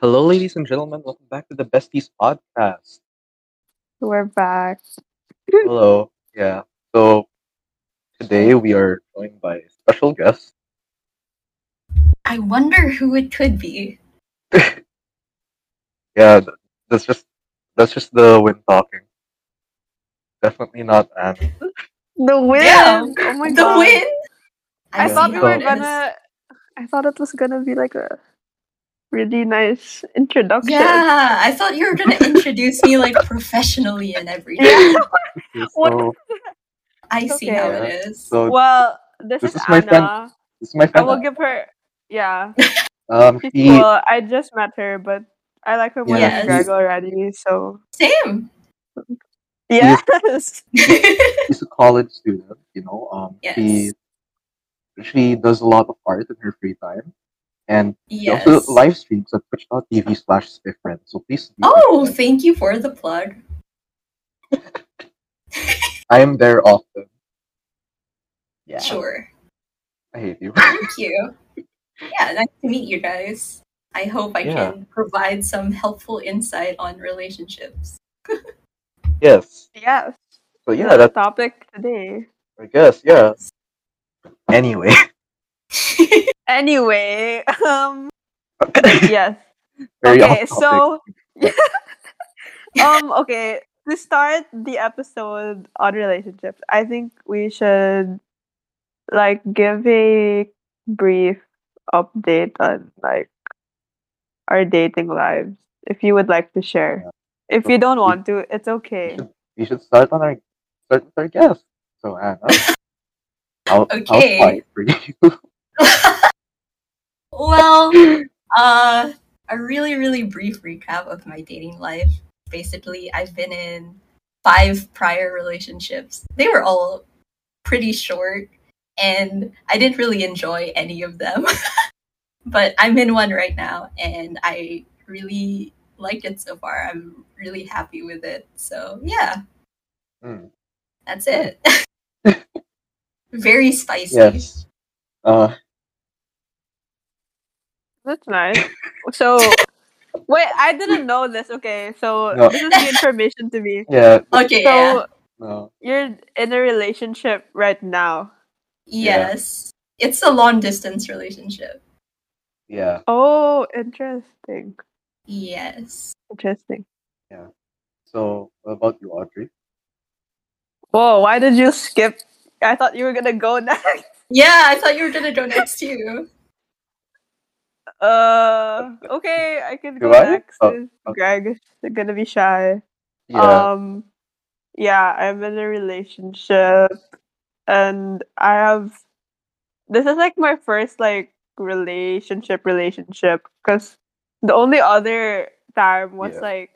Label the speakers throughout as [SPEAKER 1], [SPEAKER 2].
[SPEAKER 1] Hello, ladies and gentlemen. Welcome back to the Besties podcast.
[SPEAKER 2] We're back.
[SPEAKER 1] Hello. Yeah. So today we are joined by a special guest.
[SPEAKER 3] I wonder who it could be.
[SPEAKER 1] Yeah, th- that's just that's just the wind talking. Definitely not Anne.
[SPEAKER 2] The wind.
[SPEAKER 3] Yeah,
[SPEAKER 2] Oh my
[SPEAKER 3] the
[SPEAKER 2] god.
[SPEAKER 3] win.
[SPEAKER 2] I
[SPEAKER 1] Yeah.
[SPEAKER 2] thought we
[SPEAKER 1] So-
[SPEAKER 2] were gonna. I thought it was gonna be like a really nice introduction.
[SPEAKER 3] Yeah, I thought you were gonna introduce me like professionally and everything.
[SPEAKER 2] Yeah. What?
[SPEAKER 1] So,
[SPEAKER 3] I see
[SPEAKER 2] Okay.
[SPEAKER 3] how it is.
[SPEAKER 1] so
[SPEAKER 2] Well, this,
[SPEAKER 1] Oh, This
[SPEAKER 2] is,
[SPEAKER 1] is my friend.
[SPEAKER 2] Anna.
[SPEAKER 1] this is my
[SPEAKER 2] I
[SPEAKER 1] friend.
[SPEAKER 2] will give her. Yeah.
[SPEAKER 1] um, she,
[SPEAKER 2] Well, I just met her, but I like her more
[SPEAKER 3] Yes.
[SPEAKER 2] than Greg already. So
[SPEAKER 3] Same.
[SPEAKER 1] Yes.
[SPEAKER 2] yes.
[SPEAKER 1] she's a college student. You know, um, she she does a lot of art in her free time, and she
[SPEAKER 3] yes.
[SPEAKER 1] also live streams at Twitch.tv/slash Friend. So please. do
[SPEAKER 3] oh, thank you for the plug.
[SPEAKER 1] I am there often. Yeah.
[SPEAKER 3] Sure.
[SPEAKER 1] I hate you.
[SPEAKER 3] Thank you. Yeah, nice to meet you guys. I hope I
[SPEAKER 1] Yeah.
[SPEAKER 3] can provide some helpful insight on relationships.
[SPEAKER 1] yes.
[SPEAKER 2] Yes.
[SPEAKER 1] So yeah,
[SPEAKER 2] the
[SPEAKER 1] that's
[SPEAKER 2] topic today.
[SPEAKER 1] I guess, yeah. Anyway.
[SPEAKER 2] Anyway, um, yes.
[SPEAKER 1] Very
[SPEAKER 2] okay,
[SPEAKER 1] off topic.
[SPEAKER 2] so um, okay. To start the episode on relationships, I think we should like give a brief update on like our dating lives. If you would like to share, if you don't want to, it's okay.
[SPEAKER 1] we should start on our start with our guest. So Anna. I'll,
[SPEAKER 3] Okay.
[SPEAKER 1] I'll fight for you.
[SPEAKER 3] well, uh, a really, really brief recap of my dating life. Basically, I've been in five prior relationships. They were all pretty short, and I didn't really enjoy any of them. but I'm in one right now, and I really like it so far. I'm really happy with it. So, yeah,
[SPEAKER 1] Hmm,
[SPEAKER 3] that's it. Very spicy.
[SPEAKER 1] yes. Uh
[SPEAKER 2] That's nice. So wait, I didn't know this. Okay, so
[SPEAKER 1] No.
[SPEAKER 2] this is new information to me.
[SPEAKER 1] yeah,
[SPEAKER 3] Okay.
[SPEAKER 2] So
[SPEAKER 3] yeah.
[SPEAKER 1] no.
[SPEAKER 2] you're in a relationship right now.
[SPEAKER 1] Yeah.
[SPEAKER 3] Yes. It's a long distance relationship.
[SPEAKER 1] Yeah.
[SPEAKER 2] Oh, interesting.
[SPEAKER 3] Yes.
[SPEAKER 2] Interesting.
[SPEAKER 1] So what about you, Audrey?
[SPEAKER 2] Whoa, why did you skip? I thought you were gonna go next.
[SPEAKER 3] Yeah, I thought you were gonna go next too.
[SPEAKER 2] Uh, okay, I can
[SPEAKER 1] Do
[SPEAKER 2] go
[SPEAKER 1] I?
[SPEAKER 2] next.
[SPEAKER 1] Oh,
[SPEAKER 2] if
[SPEAKER 1] okay.
[SPEAKER 2] Greg is gonna be shy.
[SPEAKER 1] Yeah.
[SPEAKER 2] Um, yeah, I'm in a relationship, and I have. This is like my first like relationship relationship because the only other time was
[SPEAKER 1] Yeah.
[SPEAKER 2] like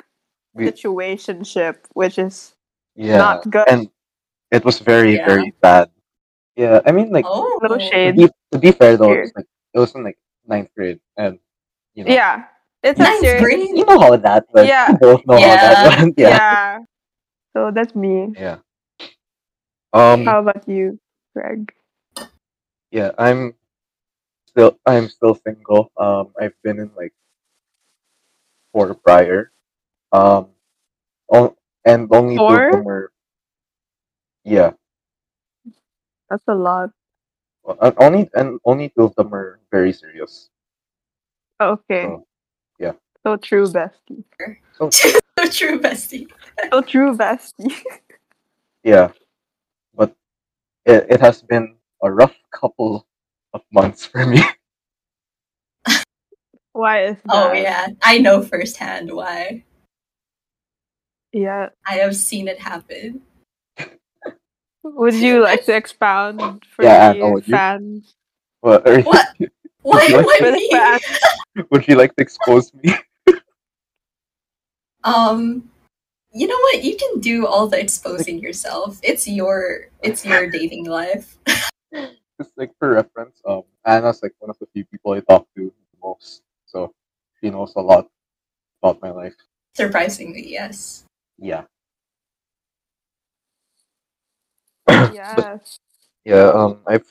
[SPEAKER 1] We-
[SPEAKER 2] situationship, which is
[SPEAKER 1] yeah.
[SPEAKER 2] not good.
[SPEAKER 1] And it was very,
[SPEAKER 3] Yeah.
[SPEAKER 1] very bad. Yeah. I mean like
[SPEAKER 3] Oh,
[SPEAKER 2] no
[SPEAKER 1] to
[SPEAKER 2] shade.
[SPEAKER 1] be, to be fair though, it
[SPEAKER 2] Here.
[SPEAKER 1] was like it was in like ninth grade and you know
[SPEAKER 2] Yeah, it's a
[SPEAKER 3] Ninth
[SPEAKER 2] serious.
[SPEAKER 3] grade.
[SPEAKER 1] you know how that went.
[SPEAKER 2] Yeah.
[SPEAKER 1] You both know how that
[SPEAKER 3] Yeah.
[SPEAKER 1] went.
[SPEAKER 2] Yeah.
[SPEAKER 1] Yeah.
[SPEAKER 2] So that's me.
[SPEAKER 1] Yeah. Um
[SPEAKER 2] How about you, Greg?
[SPEAKER 1] yeah, I'm still I'm still single. Um I've been in like four prior. Um on, and only two
[SPEAKER 2] Four?
[SPEAKER 1] of them were Yeah.
[SPEAKER 2] That's a lot.
[SPEAKER 1] o- and Only and only two of them were very serious.
[SPEAKER 2] Okay.
[SPEAKER 1] Oh, yeah.
[SPEAKER 2] So true bestie.
[SPEAKER 3] So true, bestie.
[SPEAKER 2] So true bestie.
[SPEAKER 1] Yeah. But it, it has been a rough couple of months for me.
[SPEAKER 2] Why is that?
[SPEAKER 3] Oh yeah, I know firsthand why.
[SPEAKER 2] Yeah.
[SPEAKER 3] I have seen it happen.
[SPEAKER 2] Would you like to expound for
[SPEAKER 1] Yeah,
[SPEAKER 2] the
[SPEAKER 1] Anna, would you?
[SPEAKER 2] fans?
[SPEAKER 1] But
[SPEAKER 3] What? Why?
[SPEAKER 1] What?
[SPEAKER 3] Why
[SPEAKER 2] For the
[SPEAKER 3] me?
[SPEAKER 2] fans?
[SPEAKER 1] would you like to expose me?
[SPEAKER 3] Um, you know what? You can do all the exposing yourself. It's your. It's your dating life.
[SPEAKER 1] just like for reference, um, Anna's like one of the few people I talk to the most, so she knows a lot about my life.
[SPEAKER 3] Surprisingly, yes.
[SPEAKER 1] Yeah,
[SPEAKER 2] Yes.
[SPEAKER 1] yeah. Um, I've,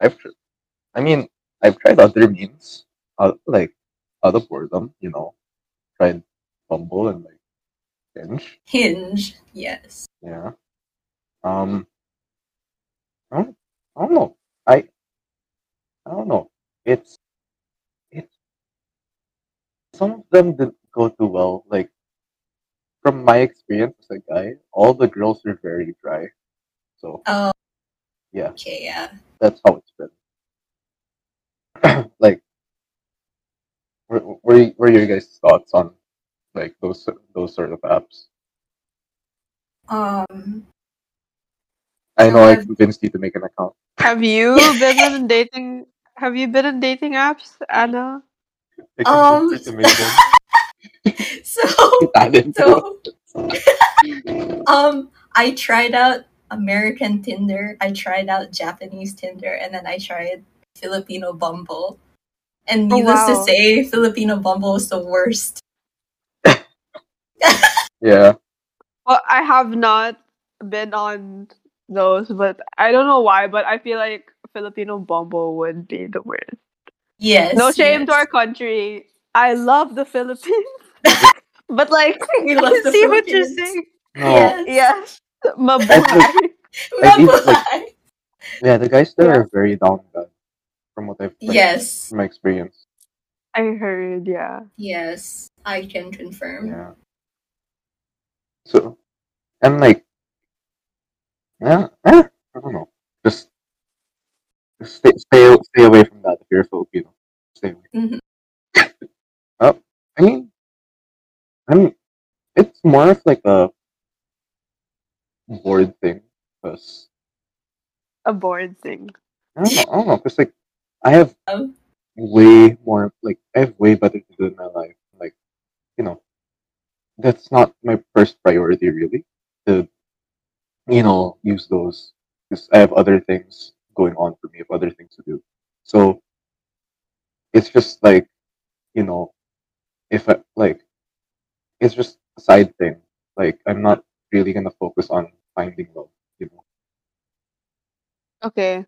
[SPEAKER 1] I've, tr- I mean, I've tried other means, uh, like, out of boredom, you know, try and fumble and like binge.
[SPEAKER 3] Hinge, yes.
[SPEAKER 1] Yeah. Um. I don't, I don't know. I. I don't know. It's. It's. Some of them didn't go too well. Like, from my experience as a guy, all the girls are very dry. So
[SPEAKER 3] Oh,
[SPEAKER 1] yeah,
[SPEAKER 3] okay, yeah.
[SPEAKER 1] that's how it's been. like, were were were your guys' thoughts on like those sor- those sort of apps?
[SPEAKER 3] Um,
[SPEAKER 1] I know I
[SPEAKER 3] Um,
[SPEAKER 1] convinced you to make an account.
[SPEAKER 2] Have you been in dating? Have you been in dating apps, Anna?
[SPEAKER 1] I
[SPEAKER 3] Um,
[SPEAKER 1] convinced you to make one.
[SPEAKER 3] so,
[SPEAKER 1] I didn't know.
[SPEAKER 3] so, um, I tried out American Tinder, I tried out Japanese Tinder, and then I tried Filipino Bumble. And
[SPEAKER 2] Oh,
[SPEAKER 3] needless to
[SPEAKER 2] wow.
[SPEAKER 3] say, Filipino Bumble is the worst.
[SPEAKER 1] Yeah,
[SPEAKER 2] Well, I have not been on those, but I don't know why. But I feel like Filipino Bumble would be the worst.
[SPEAKER 3] Yes.
[SPEAKER 2] No shame
[SPEAKER 3] yes.
[SPEAKER 2] to our country. I love the Philippines, but like,
[SPEAKER 3] We
[SPEAKER 2] I
[SPEAKER 3] love the
[SPEAKER 2] see what you're
[SPEAKER 3] Philippines.
[SPEAKER 2] saying.
[SPEAKER 1] no,
[SPEAKER 3] Yes.
[SPEAKER 2] Yes, mabuhay.
[SPEAKER 1] That's I think, like-
[SPEAKER 3] Mabuhay.
[SPEAKER 1] yeah. The guys there
[SPEAKER 2] Yeah.
[SPEAKER 1] are very down bad, from what I've read,
[SPEAKER 3] Yes.
[SPEAKER 1] from my experience.
[SPEAKER 2] I heard, yeah.
[SPEAKER 3] Yes. I can confirm.
[SPEAKER 1] Yeah. So, and like, yeah, eh, I don't know. Just, just stay, stay, stay away from that if you're a Filipino. Stay away.
[SPEAKER 3] Mhm.
[SPEAKER 1] Oh, I mean, I mean, it's more of like a bored thing. Cause
[SPEAKER 2] A bored thing.
[SPEAKER 1] I don't know, I don't know. Cause like, I have
[SPEAKER 3] Um,
[SPEAKER 1] way more like I have way better to do in my life. Like, you know, that's not my first priority really. To you know, use those because I have other things going on for me, I have other things to do. So it's just like, you know, if I like it's just a side thing. Like I'm not really gonna focus on finding love, you know.
[SPEAKER 2] Okay.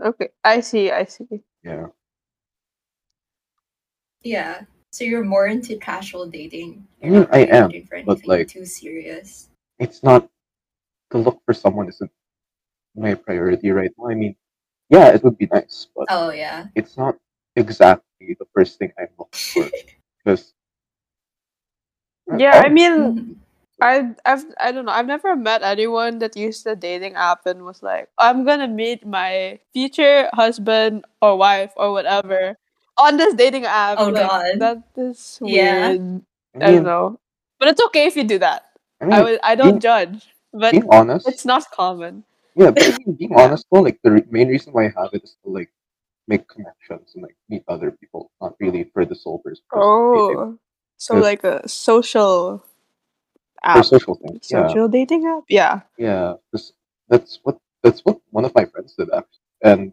[SPEAKER 2] Okay. I see, I see.
[SPEAKER 1] Yeah.
[SPEAKER 3] yeah. So you're more into casual dating.
[SPEAKER 1] I mean, I am,
[SPEAKER 3] Looking for
[SPEAKER 1] but,
[SPEAKER 3] anything
[SPEAKER 1] like-
[SPEAKER 3] too serious.
[SPEAKER 1] it's not to look for someone isn't my priority right now. I mean, yeah, it would be nice, but
[SPEAKER 3] Oh yeah.
[SPEAKER 1] it's not exactly the first thing I'm looking for because
[SPEAKER 2] Yeah, I mean
[SPEAKER 3] Mhm.
[SPEAKER 2] I I've I don't know, I've never met anyone that used the dating app and was like, I'm gonna meet my future husband or wife or whatever on this dating app.
[SPEAKER 3] Oh,
[SPEAKER 2] Like,
[SPEAKER 3] God.
[SPEAKER 2] That is weird.
[SPEAKER 3] Yeah.
[SPEAKER 2] I don't know. But it's okay if you do that.
[SPEAKER 1] I
[SPEAKER 2] I
[SPEAKER 1] mean,
[SPEAKER 2] would I don't
[SPEAKER 1] Mm. you-
[SPEAKER 2] judge. But
[SPEAKER 1] being honest,
[SPEAKER 2] it's not common.
[SPEAKER 1] yeah, being, being honest though, like the re- main reason why I have it is to like make connections and like meet other people, not really for the sole purpose. of dating,
[SPEAKER 2] Oh. So
[SPEAKER 1] Good.
[SPEAKER 2] like a social
[SPEAKER 1] for
[SPEAKER 2] app.
[SPEAKER 1] social things. Yeah,
[SPEAKER 2] Social dating app? Yeah.
[SPEAKER 1] yeah, 'cause that's what that's what one of my friends did actually, and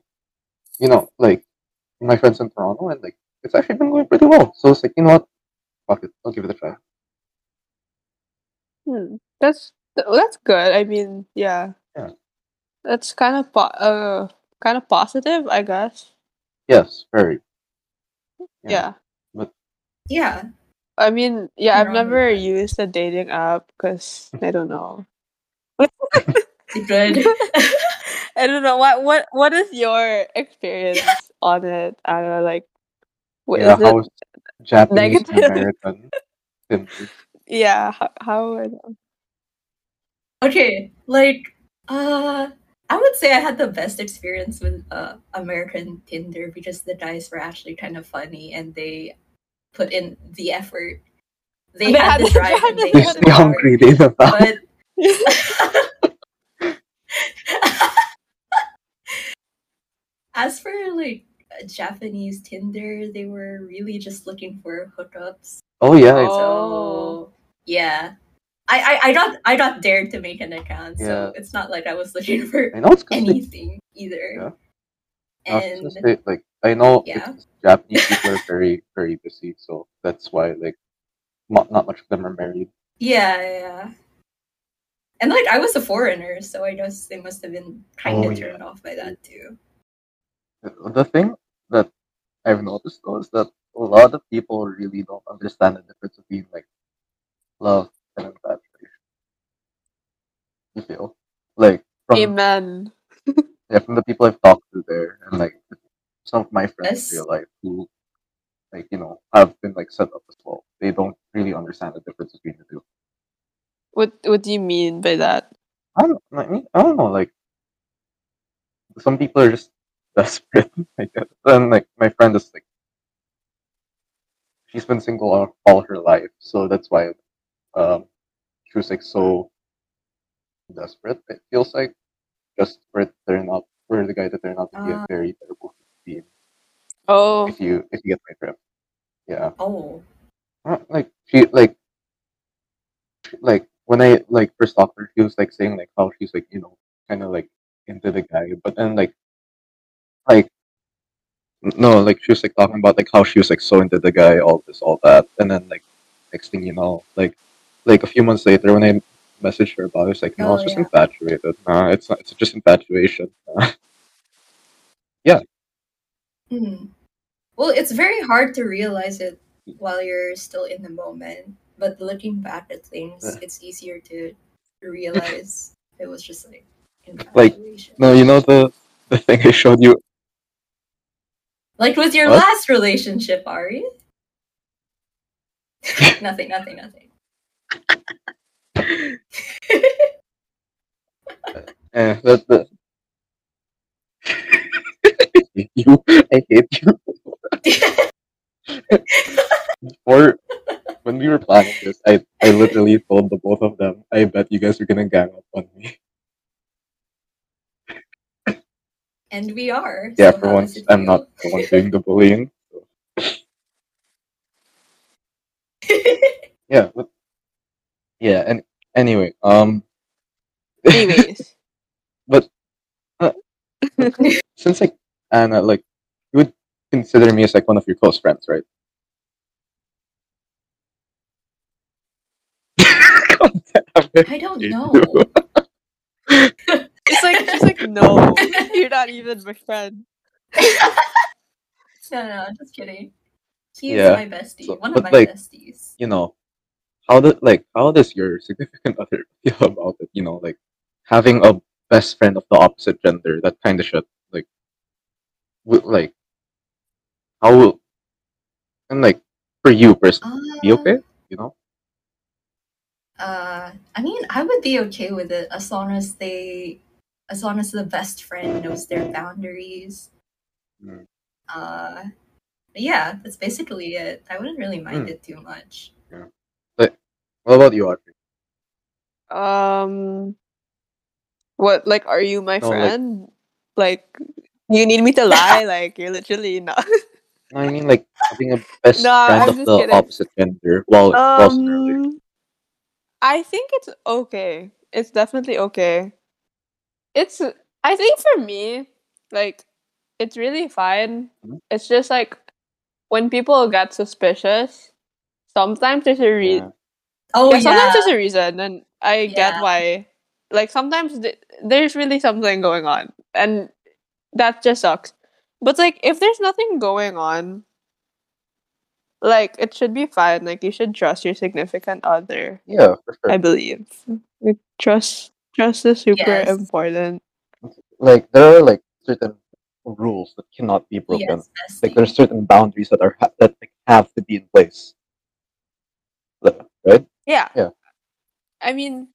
[SPEAKER 1] you know, like my friends in Toronto, and like it's actually been going pretty well. So it's like you know what, fuck it, I'll give it a try.
[SPEAKER 2] Hmm. That's th- that's good. I mean, yeah.
[SPEAKER 1] Yeah.
[SPEAKER 2] That's kind of po- uh kind of positive, I guess.
[SPEAKER 1] Yes, very.
[SPEAKER 2] Yeah.
[SPEAKER 1] Yeah.
[SPEAKER 3] Yeah.
[SPEAKER 2] I mean, yeah, I've
[SPEAKER 3] You're on the
[SPEAKER 2] never
[SPEAKER 3] right.
[SPEAKER 2] used a dating app because I don't know.
[SPEAKER 3] Good.
[SPEAKER 2] I don't know what what what is your experience on it? I don't know, like what is
[SPEAKER 1] yeah,
[SPEAKER 2] it?
[SPEAKER 1] how is Japanese
[SPEAKER 2] negative?
[SPEAKER 1] American? Simply.
[SPEAKER 2] yeah, how, how I don't-
[SPEAKER 3] okay. Like uh I would say I had the best experience with uh American Tinder because the guys were actually kind of funny and they put in the effort. They,
[SPEAKER 2] They had
[SPEAKER 3] had, the
[SPEAKER 2] the
[SPEAKER 3] drive
[SPEAKER 2] drive
[SPEAKER 3] and they
[SPEAKER 2] and
[SPEAKER 1] They
[SPEAKER 2] Yeah,
[SPEAKER 3] had the
[SPEAKER 1] stay
[SPEAKER 3] power.
[SPEAKER 1] hungry, they don't have-
[SPEAKER 3] But As for like Japanese Tinder, they were really just looking for hookups.
[SPEAKER 1] Oh yeah, it's,
[SPEAKER 2] Oh.
[SPEAKER 3] So yeah, I, I I got I got dared to make an account, so it's not like I was looking for
[SPEAKER 2] Oh.
[SPEAKER 1] I know it's because they,
[SPEAKER 3] anything either.
[SPEAKER 1] I was
[SPEAKER 3] And
[SPEAKER 1] just gonna say, like I know
[SPEAKER 3] Yeah.
[SPEAKER 1] it's Japanese people are very very busy, so that's why like not not much of them are married.
[SPEAKER 3] yeah, yeah. And like I was a foreigner, so I guess they must have been kind
[SPEAKER 1] Oh,
[SPEAKER 3] of
[SPEAKER 1] yeah.
[SPEAKER 3] turned off by that too.
[SPEAKER 1] The thing that I've noticed though is that a lot of people really don't understand the difference between like love and infatuation. You feel like from
[SPEAKER 2] Amen.
[SPEAKER 1] yeah, from the people I've talked to there, and like some of my friends
[SPEAKER 3] Yes.
[SPEAKER 1] in real life who, like you know, have been like set up as well. They don't really understand the difference between the two.
[SPEAKER 2] What What do you mean by that?
[SPEAKER 1] I don't. I mean, I don't know. Like some people are just desperate. I guess. And like my friend is like, she's been single all, all her life, so that's why, um, she was like so desperate. It feels like just for it to turn up for the guy to turn out to be a
[SPEAKER 3] Ah.
[SPEAKER 1] very terrible human being.
[SPEAKER 2] Oh,
[SPEAKER 1] if you if you get my drift. Yeah.
[SPEAKER 3] Oh,
[SPEAKER 1] Uh, Like she like like when I like first talked to her, she was like saying like how she's like, you know, kinda like into the guy. But then like like no, like she was like talking about like how she was like so into the guy, all this, all that. And then like next thing you know, like like a few months later when I messaged her about it, I was like, No,
[SPEAKER 3] Oh,
[SPEAKER 1] it's just
[SPEAKER 3] yeah.
[SPEAKER 1] infatuated. Nah, it's not it's just infatuation.
[SPEAKER 3] hmm. well, it's very hard to realize it while you're still in the moment, but looking back at things,
[SPEAKER 1] Yeah.
[SPEAKER 3] it's easier to realize it was just like
[SPEAKER 1] Like-
[SPEAKER 3] infatuation.
[SPEAKER 1] no, you know the the thing I showed you
[SPEAKER 3] Like with your
[SPEAKER 1] What?
[SPEAKER 3] last relationship, Ari. nothing, nothing, nothing.
[SPEAKER 1] Eh, that, that. I hate you, I hate you. Or when we were planning this, I, I literally told the both of them, I bet you guys are gonna gang up on me.
[SPEAKER 3] And we are.
[SPEAKER 1] Yeah,
[SPEAKER 3] so
[SPEAKER 1] for
[SPEAKER 3] how
[SPEAKER 1] once,
[SPEAKER 3] does it
[SPEAKER 1] I'm
[SPEAKER 3] feel?
[SPEAKER 1] not the one doing the bullying. So. yeah, but, yeah, and anyway, um,
[SPEAKER 2] anyways.
[SPEAKER 1] since like Anna, like you would consider me as like one of your close friends, right? God damn it.
[SPEAKER 3] I don't
[SPEAKER 1] You
[SPEAKER 3] know.
[SPEAKER 1] do.
[SPEAKER 2] It's like she's like, no, you're not even my friend.
[SPEAKER 3] No, no, just kidding. He's
[SPEAKER 1] Yeah,
[SPEAKER 3] my bestie.
[SPEAKER 1] so-
[SPEAKER 3] one
[SPEAKER 1] but
[SPEAKER 3] of my
[SPEAKER 1] like-
[SPEAKER 3] besties.
[SPEAKER 1] you know, how does like how does your significant other feel about it? You know, like having a best friend of the opposite gender, that kind of shit. Like, w- like how will and like for you personally,
[SPEAKER 2] Ah.
[SPEAKER 3] Uh,
[SPEAKER 1] be okay?
[SPEAKER 2] Mm.
[SPEAKER 1] You know,
[SPEAKER 3] Uh, I mean, I would be okay with it as long as they, as long as the best friend knows their boundaries.
[SPEAKER 1] Mm.
[SPEAKER 3] Uh, but yeah, that's basically it. I wouldn't really mind
[SPEAKER 1] Mm.
[SPEAKER 3] it too much.
[SPEAKER 1] what about you, Audrey?
[SPEAKER 2] Um, what? Like, are you my
[SPEAKER 1] No, Oh, like-
[SPEAKER 2] friend? Like, you need me to lie? like, you're literally not.
[SPEAKER 1] No, I mean like having a best
[SPEAKER 2] No,
[SPEAKER 1] friend
[SPEAKER 2] I'm
[SPEAKER 1] of
[SPEAKER 2] just
[SPEAKER 1] the
[SPEAKER 2] kidding.
[SPEAKER 1] opposite gender while whilst in a relationship.
[SPEAKER 2] Um, I think it's okay. It's definitely okay. It's I think for me, like it's really fine.
[SPEAKER 1] Mhm.
[SPEAKER 2] It's just like when people get suspicious, sometimes there's a re-
[SPEAKER 1] Yeah.
[SPEAKER 3] Oh
[SPEAKER 2] yeah, sometimes
[SPEAKER 3] yeah,
[SPEAKER 2] there's a reason, and I get
[SPEAKER 3] Yeah.
[SPEAKER 2] why. Like sometimes th- there's really something going on, and that just sucks. But like if there's nothing going on, like it should be fine. Like you should trust your significant other.
[SPEAKER 1] Yeah, for sure.
[SPEAKER 2] I believe. Like trust, trust is super
[SPEAKER 3] Yes.
[SPEAKER 2] important.
[SPEAKER 1] Like there are like certain rules that cannot be broken.
[SPEAKER 3] yes,
[SPEAKER 1] Like
[SPEAKER 3] bestie.
[SPEAKER 1] there are certain boundaries that are ha- that like, have to be in place. Right.
[SPEAKER 2] Yeah.
[SPEAKER 1] Yeah.
[SPEAKER 2] I mean,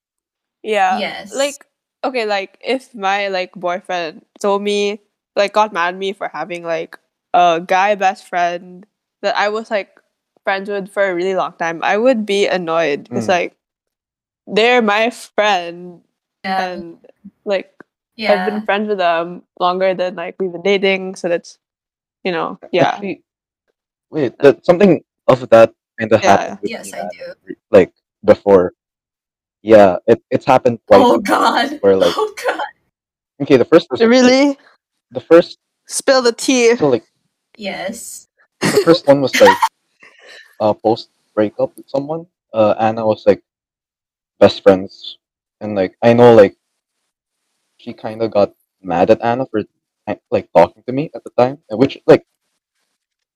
[SPEAKER 2] yeah.
[SPEAKER 3] yes,
[SPEAKER 2] Like okay, like if my like boyfriend told me like got mad at me for having like a guy best friend that I was like friends with for a really long time, I would be annoyed because
[SPEAKER 1] Mm.
[SPEAKER 2] like they're my friend
[SPEAKER 3] yeah,
[SPEAKER 2] and like
[SPEAKER 3] yeah.
[SPEAKER 2] I've um, been friends with them longer than like we've been dating, so that's you know, yeah.
[SPEAKER 1] Actually, wait, that something of that kind of
[SPEAKER 2] Yeah.
[SPEAKER 1] happened with
[SPEAKER 3] yes,
[SPEAKER 1] me,
[SPEAKER 3] I
[SPEAKER 1] man,
[SPEAKER 3] do.
[SPEAKER 1] re- like before. Yeah, it, it's happened twice.
[SPEAKER 3] Oh
[SPEAKER 1] in my life
[SPEAKER 3] god,
[SPEAKER 1] Where like
[SPEAKER 3] oh god,
[SPEAKER 1] okay, the first was, like,
[SPEAKER 2] Really?
[SPEAKER 1] the first
[SPEAKER 2] Spill the tea.
[SPEAKER 1] so like
[SPEAKER 3] yes.
[SPEAKER 1] the first one was like uh post breakup with someone. Uh, Anna was like best friends, and like I know like she kind of got mad at Anna for like talking to me at the time, which like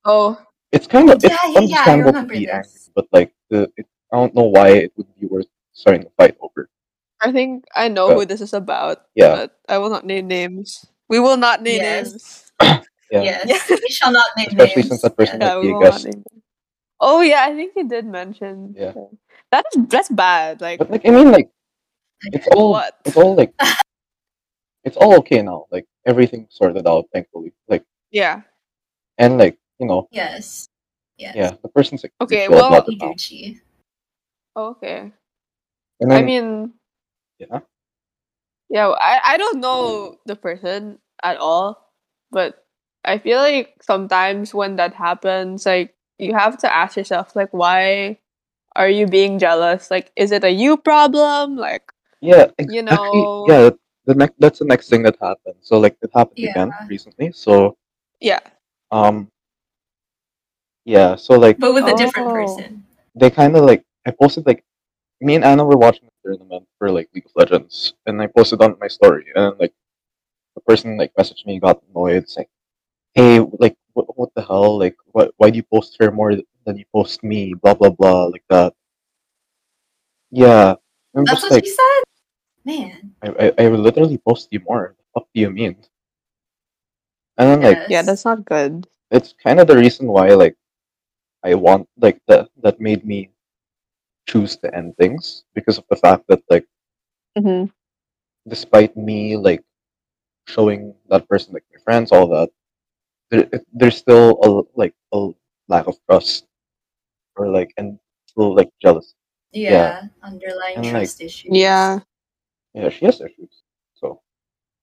[SPEAKER 2] Oh,
[SPEAKER 1] It's kind of
[SPEAKER 3] Yeah,
[SPEAKER 1] it's
[SPEAKER 3] yeah, yeah, I
[SPEAKER 1] understandable to
[SPEAKER 3] remember
[SPEAKER 1] be angry,
[SPEAKER 3] this.
[SPEAKER 1] but like the it, I don't know why it would be worth starting a fight over.
[SPEAKER 2] I think I know who this is about.
[SPEAKER 1] Yeah.
[SPEAKER 2] But I will not name names. We will not name
[SPEAKER 3] Yes.
[SPEAKER 2] names.
[SPEAKER 1] Yeah.
[SPEAKER 3] Yes, we shall not name
[SPEAKER 1] Especially
[SPEAKER 3] names.
[SPEAKER 1] since that person-
[SPEAKER 3] Yeah.
[SPEAKER 1] might
[SPEAKER 2] Yeah,
[SPEAKER 1] be
[SPEAKER 2] we
[SPEAKER 1] a
[SPEAKER 2] will not
[SPEAKER 1] guest.
[SPEAKER 2] name names. Oh yeah, I think he did mention.
[SPEAKER 1] Yeah.
[SPEAKER 2] That is that's bad. Like
[SPEAKER 1] But like I mean, like it's all
[SPEAKER 2] What?
[SPEAKER 1] it's all like it's all okay now. Like everything sorted out, thankfully. Like
[SPEAKER 2] yeah.
[SPEAKER 1] and like you know,
[SPEAKER 3] Yes. Yes.
[SPEAKER 1] yeah, the person's like
[SPEAKER 2] Okay,
[SPEAKER 1] chill
[SPEAKER 2] well-
[SPEAKER 1] about it now.
[SPEAKER 3] Higuchi.
[SPEAKER 2] Oh, Okay.
[SPEAKER 1] And
[SPEAKER 2] I
[SPEAKER 1] then,
[SPEAKER 2] mean,
[SPEAKER 1] yeah,
[SPEAKER 2] yeah, I, I don't know the person at all, but I feel like sometimes when that happens, like you have to ask yourself, like, why are you being jealous? Like, is it a you problem? Like,
[SPEAKER 1] yeah, ex-
[SPEAKER 2] you
[SPEAKER 1] actually,
[SPEAKER 2] know-
[SPEAKER 1] yeah. The next that's the next thing that happened. So like it happened
[SPEAKER 3] Yeah.
[SPEAKER 1] again recently. So
[SPEAKER 2] yeah,
[SPEAKER 1] um, yeah. So like
[SPEAKER 3] But with a different
[SPEAKER 2] Oh.
[SPEAKER 3] person.
[SPEAKER 1] they kind of like I posted like me and Anna were watching the tournament for like League of Legends, and I posted on my story, and like the person like messaged me, got annoyed, saying, "Hey, like what, what the hell? Like what? Why do you post her more than you post me? Blah blah blah, like that." Yeah, I'm
[SPEAKER 3] That's
[SPEAKER 1] just
[SPEAKER 3] what
[SPEAKER 1] like
[SPEAKER 3] she said? Man.
[SPEAKER 1] I, I I will literally post you more. What do you mean? And then like
[SPEAKER 2] yeah, that's not good.
[SPEAKER 1] it's kind of the reason why like I want like that that made me choose to end things because of the fact that like
[SPEAKER 2] Mm-hmm.
[SPEAKER 1] despite me like showing that person like my friends all that there, it- there's still a like a lack of trust or like and still like jealous
[SPEAKER 3] yeah.
[SPEAKER 1] yeah.
[SPEAKER 3] Underlying
[SPEAKER 1] And, like-
[SPEAKER 3] trust issues.
[SPEAKER 2] Yeah.
[SPEAKER 1] yeah she has issues so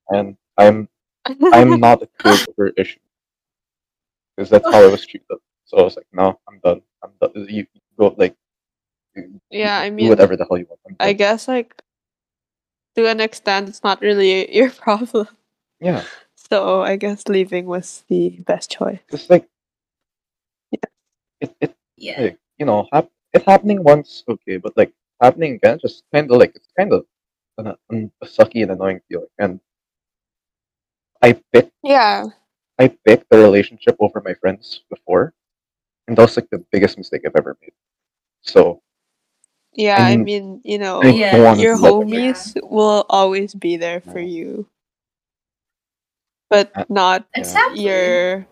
[SPEAKER 1] and I'm I'm not a creator of her issue because that's how I was treated so I was like no I'm done I'm done you go like
[SPEAKER 2] yeah, I mean,
[SPEAKER 1] do whatever the hell you want I'm
[SPEAKER 2] I
[SPEAKER 1] done.
[SPEAKER 2] guess like to an extent, it's not really your problem.
[SPEAKER 1] yeah
[SPEAKER 2] So I guess leaving was the best choice.
[SPEAKER 1] it's like it, it
[SPEAKER 3] Yeah.
[SPEAKER 1] like you know hap- it happening once okay but like happening again just kind of like it's kind of an, an, a sucky and annoying feeling and i picked
[SPEAKER 2] Yeah.
[SPEAKER 1] i picked the relationship over my friends before and that was like the biggest mistake i've ever made so
[SPEAKER 2] Yeah, I
[SPEAKER 1] And-
[SPEAKER 2] mean, you know,
[SPEAKER 1] i
[SPEAKER 3] Yeah,
[SPEAKER 1] don't want to
[SPEAKER 2] your
[SPEAKER 1] let them-
[SPEAKER 2] homies will always be there for
[SPEAKER 1] Yeah.
[SPEAKER 2] you, but
[SPEAKER 1] Uh,
[SPEAKER 2] not
[SPEAKER 3] Exactly.
[SPEAKER 2] your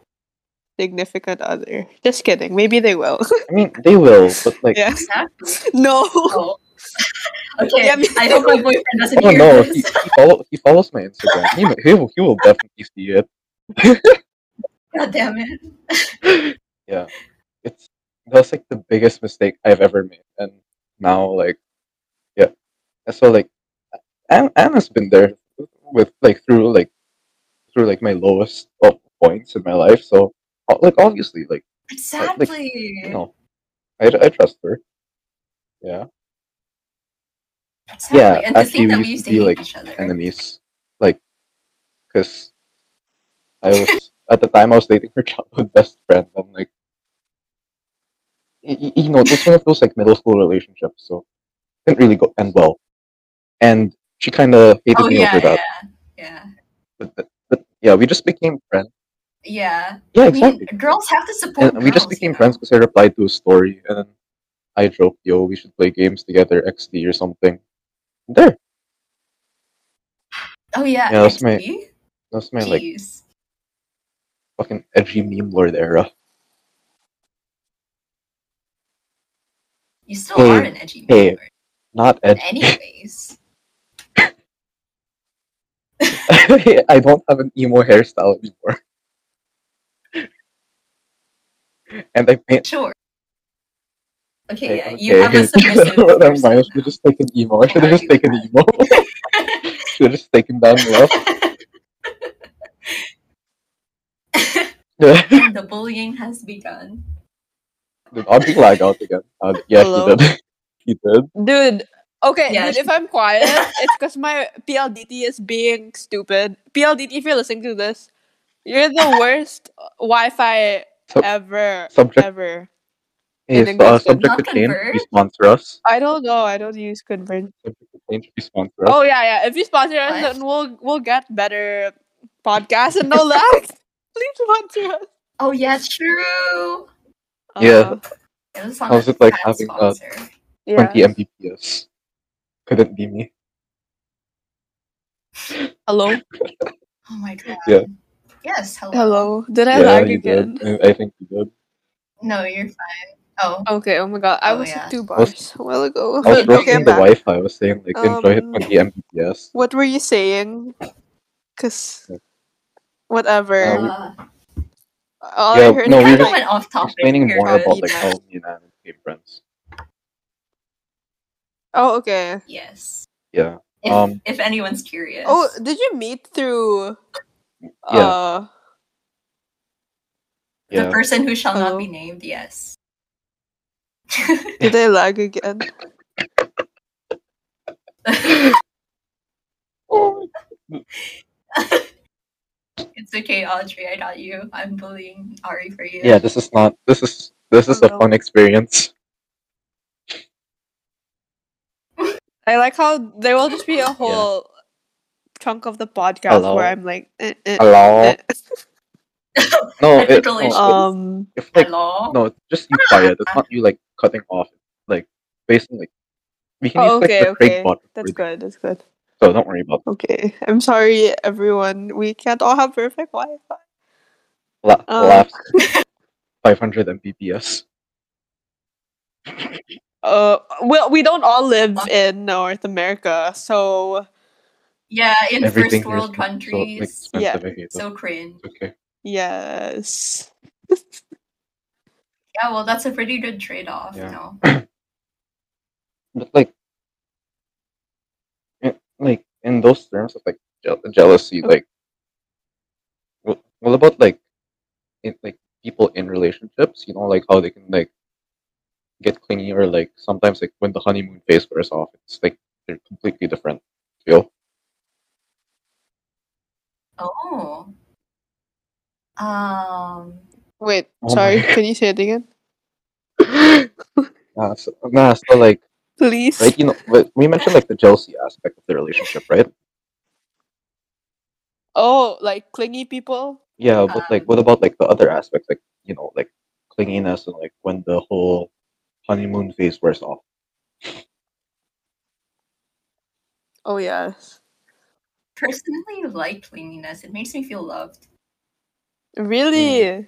[SPEAKER 2] significant other. Just kidding. Maybe they will.
[SPEAKER 1] i mean they will but like
[SPEAKER 2] yeah.
[SPEAKER 3] Exactly.
[SPEAKER 2] No.
[SPEAKER 3] Oh. okay.
[SPEAKER 2] Yeah, me
[SPEAKER 3] I hope my boyfriend doesn't
[SPEAKER 1] oh
[SPEAKER 3] hear
[SPEAKER 1] no he,
[SPEAKER 3] this.
[SPEAKER 1] he, follow, he follows my instagram he, he, will, he will definitely see it
[SPEAKER 3] God damn it.
[SPEAKER 1] yeah it's that's like the biggest mistake i've ever made and now like yeah And so like An- anna's been there with like through like through like my lowest of points in my life so o- like obviously like
[SPEAKER 3] Exactly.
[SPEAKER 1] you know i, I trust her yeah
[SPEAKER 3] Exactly.
[SPEAKER 1] yeah,
[SPEAKER 3] and to
[SPEAKER 1] actually,
[SPEAKER 3] think that
[SPEAKER 1] we
[SPEAKER 3] we used to
[SPEAKER 1] be,
[SPEAKER 3] hate
[SPEAKER 1] like,
[SPEAKER 3] each other.
[SPEAKER 1] enemies like because i was at the time i was dating her childhood best friend and like y- y- you know, it was one of those like middle school relationships, so didn't really go end well. And she kind of hated
[SPEAKER 3] oh
[SPEAKER 1] me
[SPEAKER 3] yeah,
[SPEAKER 1] over that.
[SPEAKER 3] yeah.
[SPEAKER 1] But, but, but yeah, we just became friends.
[SPEAKER 3] Yeah.
[SPEAKER 1] Yeah,
[SPEAKER 3] I
[SPEAKER 1] exactly.
[SPEAKER 3] mean, girls have to support
[SPEAKER 1] and we just
[SPEAKER 3] girls,
[SPEAKER 1] became
[SPEAKER 3] you know?
[SPEAKER 1] friends because I replied to a story, and then I joked, "Yo, we should play games together, XD or something." There,
[SPEAKER 3] Oh yeah.
[SPEAKER 1] Yeah, that's my-
[SPEAKER 3] XD?
[SPEAKER 1] that's my like
[SPEAKER 3] Jeez.
[SPEAKER 1] fucking edgy meme lord era.
[SPEAKER 3] You still
[SPEAKER 1] Hey,
[SPEAKER 3] are an edgy
[SPEAKER 1] hey.
[SPEAKER 3] member.
[SPEAKER 1] Not edgy.
[SPEAKER 3] Anyways.
[SPEAKER 1] I don't have an emo hairstyle anymore, and I paint
[SPEAKER 3] Sure.
[SPEAKER 1] Okay,
[SPEAKER 3] Okay, yeah. You have
[SPEAKER 1] okay.
[SPEAKER 3] a submissive
[SPEAKER 1] Never mind, I
[SPEAKER 3] person
[SPEAKER 1] should just take an emo. I should have just
[SPEAKER 3] Why?
[SPEAKER 1] taken emo. should have just taken down left. Did
[SPEAKER 3] now. the bullying has begun.
[SPEAKER 1] Audrey lag out again? Uh, yeah,
[SPEAKER 2] Hello?
[SPEAKER 1] she did. she did.
[SPEAKER 2] Dude. Okay,
[SPEAKER 3] Yeah,
[SPEAKER 2] dude, if I'm quiet, it's because my PLDT is being stupid. PLDT, if you're listening to this, you're the worst Wi Fi
[SPEAKER 1] So,
[SPEAKER 2] ever,
[SPEAKER 1] subject
[SPEAKER 2] ever.
[SPEAKER 1] is
[SPEAKER 2] Anything
[SPEAKER 1] uh,
[SPEAKER 2] goes,
[SPEAKER 1] subject to
[SPEAKER 3] Not
[SPEAKER 1] change.
[SPEAKER 3] convert.
[SPEAKER 1] You sponsor us.
[SPEAKER 2] I don't know. I don't use Converge.
[SPEAKER 1] Subject to change. You sponsor us.
[SPEAKER 2] Oh yeah, yeah. If you sponsor us,
[SPEAKER 3] What?
[SPEAKER 2] then we'll we'll get better podcasts and no lag. Please sponsor us. Uh,
[SPEAKER 3] Oh yeah, true.
[SPEAKER 1] Yeah.
[SPEAKER 3] It was on
[SPEAKER 1] How's
[SPEAKER 3] a
[SPEAKER 1] it like
[SPEAKER 3] bad
[SPEAKER 1] having uh, a-
[SPEAKER 3] sponsor.
[SPEAKER 1] 20 Mbps. Couldn't be me.
[SPEAKER 2] Hello?
[SPEAKER 3] Oh my god.
[SPEAKER 1] Yeah.
[SPEAKER 3] Yes. Hello.
[SPEAKER 2] Hello? Did I
[SPEAKER 1] yeah,
[SPEAKER 2] lag
[SPEAKER 1] you
[SPEAKER 2] again?
[SPEAKER 1] did. I I think you did.
[SPEAKER 3] No, you're fine. Oh,
[SPEAKER 2] Okay, oh my god. I
[SPEAKER 3] Oh,
[SPEAKER 2] was
[SPEAKER 3] yeah.
[SPEAKER 2] at two
[SPEAKER 1] I was-
[SPEAKER 2] bars a while ago.
[SPEAKER 1] I was
[SPEAKER 2] Okay,
[SPEAKER 1] roasting
[SPEAKER 2] I'm
[SPEAKER 1] the
[SPEAKER 2] back.
[SPEAKER 1] Wi-Fi. I was saying like enjoy it
[SPEAKER 2] Um,
[SPEAKER 1] 20 Mbps.
[SPEAKER 2] What were you saying? Cause
[SPEAKER 1] Yeah,
[SPEAKER 2] whatever.
[SPEAKER 1] we-
[SPEAKER 3] uh,
[SPEAKER 2] All
[SPEAKER 1] yeah,
[SPEAKER 2] I heard
[SPEAKER 1] no,
[SPEAKER 2] no,
[SPEAKER 1] we
[SPEAKER 3] kind of
[SPEAKER 1] were-
[SPEAKER 2] was,
[SPEAKER 3] went off topic.
[SPEAKER 1] Explaining
[SPEAKER 3] here,
[SPEAKER 1] more
[SPEAKER 2] good.
[SPEAKER 3] but-
[SPEAKER 1] about like
[SPEAKER 2] Yeah.
[SPEAKER 1] how me and Anna became friends.
[SPEAKER 2] Oh okay.
[SPEAKER 3] Yes.
[SPEAKER 1] Yeah.
[SPEAKER 3] If,
[SPEAKER 1] Um,
[SPEAKER 3] if anyone's curious.
[SPEAKER 2] Oh, did you meet through
[SPEAKER 1] Yeah.
[SPEAKER 2] uh
[SPEAKER 3] the
[SPEAKER 1] Yeah.
[SPEAKER 3] person who shall not
[SPEAKER 2] Hello.
[SPEAKER 3] be named. Yes.
[SPEAKER 2] did I lag again?
[SPEAKER 1] Oh,
[SPEAKER 3] It's okay, Audrey. I got you. I'm bullying Ari for you.
[SPEAKER 1] yeah, this is not this is this is a
[SPEAKER 2] Hello.
[SPEAKER 1] fun experience.
[SPEAKER 2] I like how there will just be a whole chunk of the podcast
[SPEAKER 1] Hello.
[SPEAKER 2] where I'm like eh, eh,
[SPEAKER 1] Hello.
[SPEAKER 2] eh.
[SPEAKER 1] No, it,
[SPEAKER 3] Technical
[SPEAKER 1] no it-
[SPEAKER 3] issues.
[SPEAKER 2] um
[SPEAKER 1] if like
[SPEAKER 3] Hello.
[SPEAKER 1] no, it's just you quiet. It's not you like cutting off. Like basically, like, we can
[SPEAKER 2] Oh,
[SPEAKER 1] use like
[SPEAKER 2] okay,
[SPEAKER 1] the break
[SPEAKER 2] okay.
[SPEAKER 1] button
[SPEAKER 2] that's
[SPEAKER 1] for
[SPEAKER 2] good, that's good.
[SPEAKER 1] this, So don't worry about
[SPEAKER 2] Okay. I'm sorry everyone. We can't all have perfect Wi Fi.
[SPEAKER 1] la-
[SPEAKER 2] Um.
[SPEAKER 1] laughs. 500 Mbps.
[SPEAKER 2] Uh well we don't all live in North America, so
[SPEAKER 3] Yeah, in
[SPEAKER 1] Everything
[SPEAKER 3] first world
[SPEAKER 1] here is so, like,
[SPEAKER 3] countries.
[SPEAKER 1] expensive.
[SPEAKER 2] Yeah.
[SPEAKER 1] I hate
[SPEAKER 3] So,
[SPEAKER 1] that.
[SPEAKER 3] cringe.
[SPEAKER 1] okay.
[SPEAKER 2] Yes.
[SPEAKER 3] Yeah, well, that's a pretty good trade off,
[SPEAKER 1] Yeah.
[SPEAKER 3] you know.
[SPEAKER 1] But like, in, like in those terms of like jeal- jealousy, like, what, what about like, in, like people in relationships? You know, like how they can like get clingy or like sometimes like when the honeymoon phase wears off, it's like they're completely different. Feel
[SPEAKER 3] Oh. Um.
[SPEAKER 2] Wait,
[SPEAKER 1] Oh my
[SPEAKER 2] sorry,
[SPEAKER 1] God.
[SPEAKER 2] can you say it again?
[SPEAKER 1] nah, Uh, so, nah, so like
[SPEAKER 2] Please.
[SPEAKER 1] right, you know, but we mentioned like the jealousy aspect of the relationship, right?
[SPEAKER 2] Oh, like clingy people?
[SPEAKER 1] Yeah,
[SPEAKER 3] Um,
[SPEAKER 1] but like, what about like the other aspects, like you know, like clinginess and like when the whole honeymoon phase wears off?
[SPEAKER 2] Oh yes.
[SPEAKER 3] Personally, I like cleanliness. It makes me feel loved.
[SPEAKER 2] Really?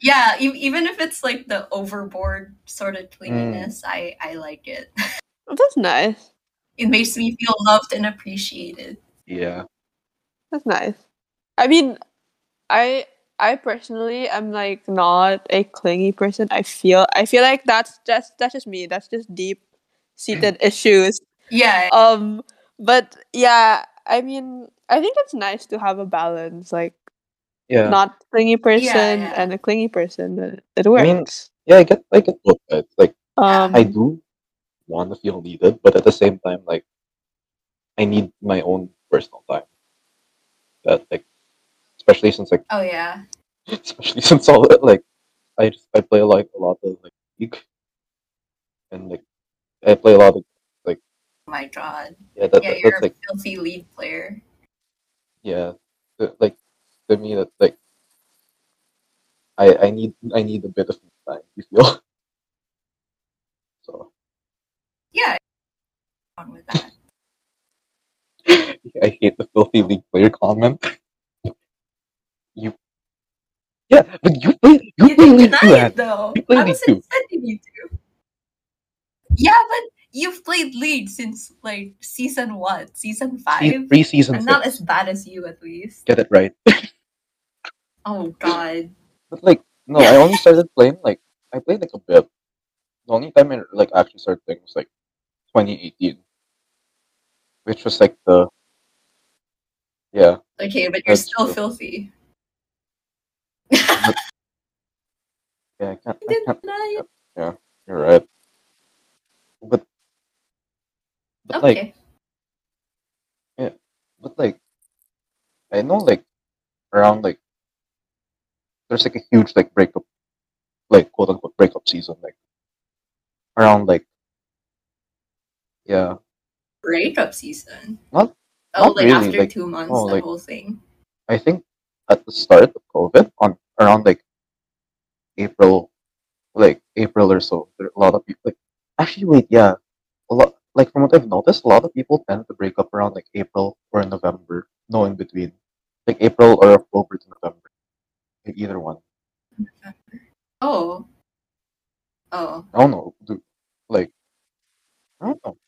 [SPEAKER 3] Yeah, e- even if it's like the overboard sort
[SPEAKER 1] Mm.
[SPEAKER 3] of cleanliness, I I like it.
[SPEAKER 2] Oh, that's nice.
[SPEAKER 3] It makes me feel loved and appreciated.
[SPEAKER 1] Yeah,
[SPEAKER 2] That's nice. I mean, I I personally am like not a clingy person. I feel I feel like that's just that's just me. That's just deep seated issues.
[SPEAKER 3] Yeah,
[SPEAKER 2] Um but yeah, I mean I think it's nice to have a balance, like
[SPEAKER 1] yeah,
[SPEAKER 2] not clingy person
[SPEAKER 3] yeah.
[SPEAKER 2] and a clingy person. It, it
[SPEAKER 1] I mean,
[SPEAKER 2] works.
[SPEAKER 1] yeah. I get, I get both sides. Like,
[SPEAKER 2] um
[SPEAKER 3] Mm-hmm.
[SPEAKER 1] I do want to feel needed, but at the same time, like, I need my own personal time. That like, especially since like,
[SPEAKER 3] Oh yeah.
[SPEAKER 1] especially since all that like, I just I play like a lot of like league, and like, I play a lot of
[SPEAKER 3] Oh my god.
[SPEAKER 1] yeah. That,
[SPEAKER 3] Yeah,
[SPEAKER 1] that
[SPEAKER 3] you're
[SPEAKER 1] that's
[SPEAKER 3] a
[SPEAKER 1] like
[SPEAKER 3] filthy lead player.
[SPEAKER 1] yeah th- like to me that like i i need i need a bit of time you feel so
[SPEAKER 3] Yeah. On with that.
[SPEAKER 1] i hate the filthy league player comment you yeah but you play you
[SPEAKER 3] You
[SPEAKER 1] play
[SPEAKER 3] didn't
[SPEAKER 1] league
[SPEAKER 3] deny
[SPEAKER 1] too
[SPEAKER 3] it
[SPEAKER 1] man.
[SPEAKER 3] though.
[SPEAKER 1] You play
[SPEAKER 3] I
[SPEAKER 1] League
[SPEAKER 3] wasn't
[SPEAKER 1] too.
[SPEAKER 3] expecting you to. Yeah, but you've played lead since like season what? Season
[SPEAKER 1] See,
[SPEAKER 3] five?
[SPEAKER 1] three seasons
[SPEAKER 3] I'm not
[SPEAKER 1] six.
[SPEAKER 3] as bad as you at least.
[SPEAKER 1] get it right
[SPEAKER 3] Oh god.
[SPEAKER 1] but like no i only started playing like i played like a bit the only time i like actually started playing was like 2018 which was like the yeah
[SPEAKER 3] Okay, but you're
[SPEAKER 1] That's
[SPEAKER 3] still
[SPEAKER 1] true.
[SPEAKER 3] filthy.
[SPEAKER 1] yeah i can't,
[SPEAKER 3] You
[SPEAKER 1] I can't
[SPEAKER 3] didn't deny it.
[SPEAKER 1] You're right. But but like
[SPEAKER 3] Okay.
[SPEAKER 1] but like I know like around like there's like a huge like breakup like quote unquote breakup season like around like yeah
[SPEAKER 3] Breakup season.
[SPEAKER 1] Not-
[SPEAKER 3] Oh,
[SPEAKER 1] not
[SPEAKER 3] like
[SPEAKER 1] really,
[SPEAKER 3] after
[SPEAKER 1] like-
[SPEAKER 3] two months,
[SPEAKER 1] oh,
[SPEAKER 3] the
[SPEAKER 1] like-
[SPEAKER 3] whole thing.
[SPEAKER 1] I think at the start of COVID on around like April like April or so, there are a lot of people like actually wait, yeah. A lot like from what I've noticed, a lot of people tend to break up around like April or November. No in between. Like April or October to November. Like either one.
[SPEAKER 3] Oh. Oh.
[SPEAKER 1] I don't know, dude. Like I don't know.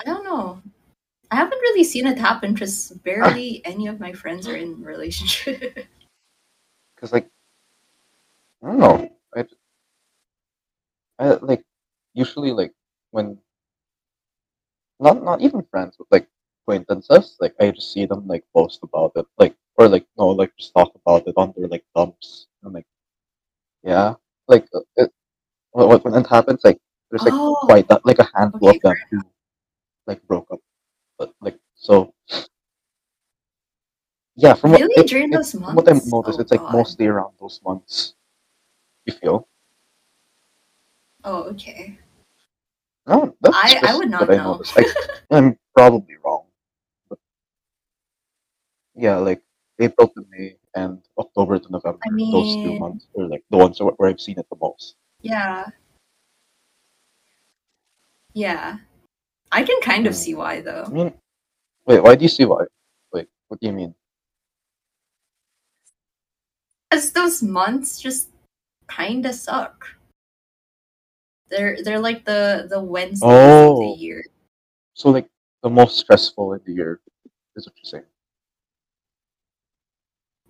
[SPEAKER 3] I don't know. I haven't really seen it happen because barely any of my friends are in relationships.
[SPEAKER 1] Cause like I don't know. I, j- I like usually like when not not even friends but like acquaintances like I just see them like post about it like or like no like just talk about it on their like dumps and like yeah like uh, it, when, when- when it happens like there's like
[SPEAKER 3] Oh.
[SPEAKER 1] quite that like a handful
[SPEAKER 3] Okay,
[SPEAKER 1] of them who like broke up but like so yeah from what
[SPEAKER 3] really?
[SPEAKER 1] it-
[SPEAKER 3] During
[SPEAKER 1] it-
[SPEAKER 3] those
[SPEAKER 1] from what I
[SPEAKER 3] months?
[SPEAKER 1] noticed
[SPEAKER 3] Oh,
[SPEAKER 1] it's like
[SPEAKER 3] God.
[SPEAKER 1] mostly around those months you feel
[SPEAKER 3] Oh, okay.
[SPEAKER 1] No, that's
[SPEAKER 3] I- I
[SPEAKER 1] just
[SPEAKER 3] would not
[SPEAKER 1] what I
[SPEAKER 3] know.
[SPEAKER 1] noticed. Like, I'm probably wrong. But yeah, like April to May and October to November,
[SPEAKER 3] I
[SPEAKER 1] those two
[SPEAKER 3] mean-
[SPEAKER 1] months are like the ones where, where I've seen it the most.
[SPEAKER 3] Yeah. Yeah. I can kind of
[SPEAKER 1] Mm.
[SPEAKER 3] see why,
[SPEAKER 1] I
[SPEAKER 3] though.
[SPEAKER 1] mean, wait, why do you see why? Like, what do you mean?
[SPEAKER 3] Because those months just kind of suck. They're they're like the the Wednesdays
[SPEAKER 1] Oh.
[SPEAKER 3] of the year.
[SPEAKER 1] So, like, the most stressful in the year is what you're saying.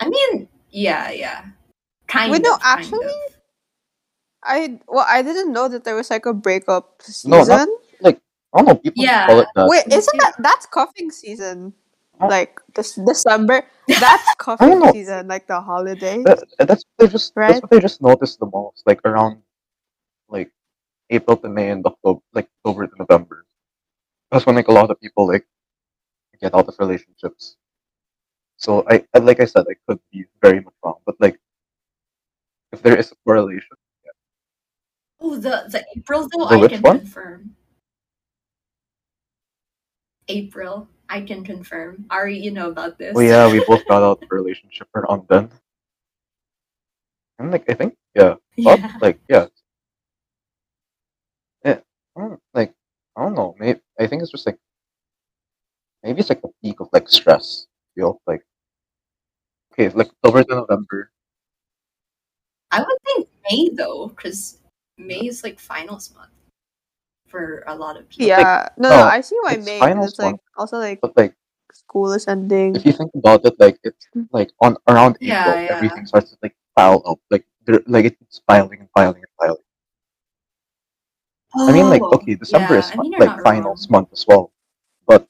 [SPEAKER 3] I mean, yeah, yeah. Kind
[SPEAKER 2] Wait,
[SPEAKER 3] of.
[SPEAKER 2] no,
[SPEAKER 3] kind
[SPEAKER 2] actually,
[SPEAKER 3] of.
[SPEAKER 2] I well, I didn't know that there was like a breakup
[SPEAKER 1] No, not-
[SPEAKER 2] season.
[SPEAKER 1] I don't know, people
[SPEAKER 3] Yeah.
[SPEAKER 1] call it that.
[SPEAKER 2] Wait,
[SPEAKER 3] me
[SPEAKER 2] isn't
[SPEAKER 3] too.
[SPEAKER 2] that that's cuffing season?
[SPEAKER 1] Oh.
[SPEAKER 2] Like this December, that's cuffing
[SPEAKER 1] know.
[SPEAKER 2] season, like the holidays.
[SPEAKER 1] That, Uh, that's what I just that's
[SPEAKER 2] Right?
[SPEAKER 1] what I just noticed the most, like around like April to May and October, like October to November. That's when like a lot of people like get out of relationships. So I and like I said, I could be very much wrong, but like if there is a correlation,
[SPEAKER 3] Oh, the the April though
[SPEAKER 1] The
[SPEAKER 3] I
[SPEAKER 1] which
[SPEAKER 3] can
[SPEAKER 1] one?
[SPEAKER 3] confirm. April, I can confirm. Ari, you know about this.
[SPEAKER 1] oh yeah, we both got out of a relationship around then. And like I think yeah, but
[SPEAKER 3] yeah.
[SPEAKER 1] Oh, like yeah, yeah. I don't- like I don't know, maybe I think it's just like maybe it's like the peak of like stress. You know, like okay, it's, like October to November.
[SPEAKER 3] I would think May though, because May is like finals month for a lot of people.
[SPEAKER 2] yeah, no, no,
[SPEAKER 1] no,
[SPEAKER 2] I see why
[SPEAKER 1] oh, it's
[SPEAKER 2] May. 'cause
[SPEAKER 1] finals
[SPEAKER 2] It's like
[SPEAKER 1] month.
[SPEAKER 2] also like
[SPEAKER 1] But like
[SPEAKER 2] school is ending.
[SPEAKER 1] if you think about it, like it's like on around
[SPEAKER 3] Yeah,
[SPEAKER 1] April,
[SPEAKER 3] yeah.
[SPEAKER 1] everything starts to like pile up. Like there, like it's piling and piling and piling. I mean, like
[SPEAKER 3] Oh,
[SPEAKER 1] okay, December
[SPEAKER 3] yeah,
[SPEAKER 1] is
[SPEAKER 3] I mean,
[SPEAKER 1] fi-
[SPEAKER 3] you're
[SPEAKER 1] like
[SPEAKER 3] not
[SPEAKER 1] finals
[SPEAKER 3] wrong.
[SPEAKER 1] month as well, but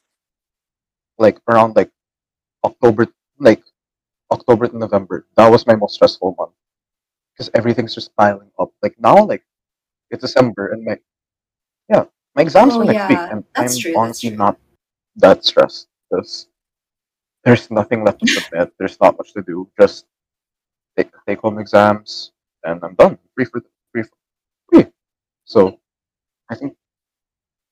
[SPEAKER 1] like around like October, like October to November, that was my most stressful month because everything's just piling up. Like now, like it's December and my yeah, my exams
[SPEAKER 3] Oh,
[SPEAKER 1] are next week,
[SPEAKER 3] yeah,
[SPEAKER 1] and
[SPEAKER 3] that's
[SPEAKER 1] I'm
[SPEAKER 3] true, that's
[SPEAKER 1] honestly
[SPEAKER 3] true.
[SPEAKER 1] not that stressed because there's nothing left to submit. there's not much to do. Just take take home exams, and I'm done. Free for free for free. So I think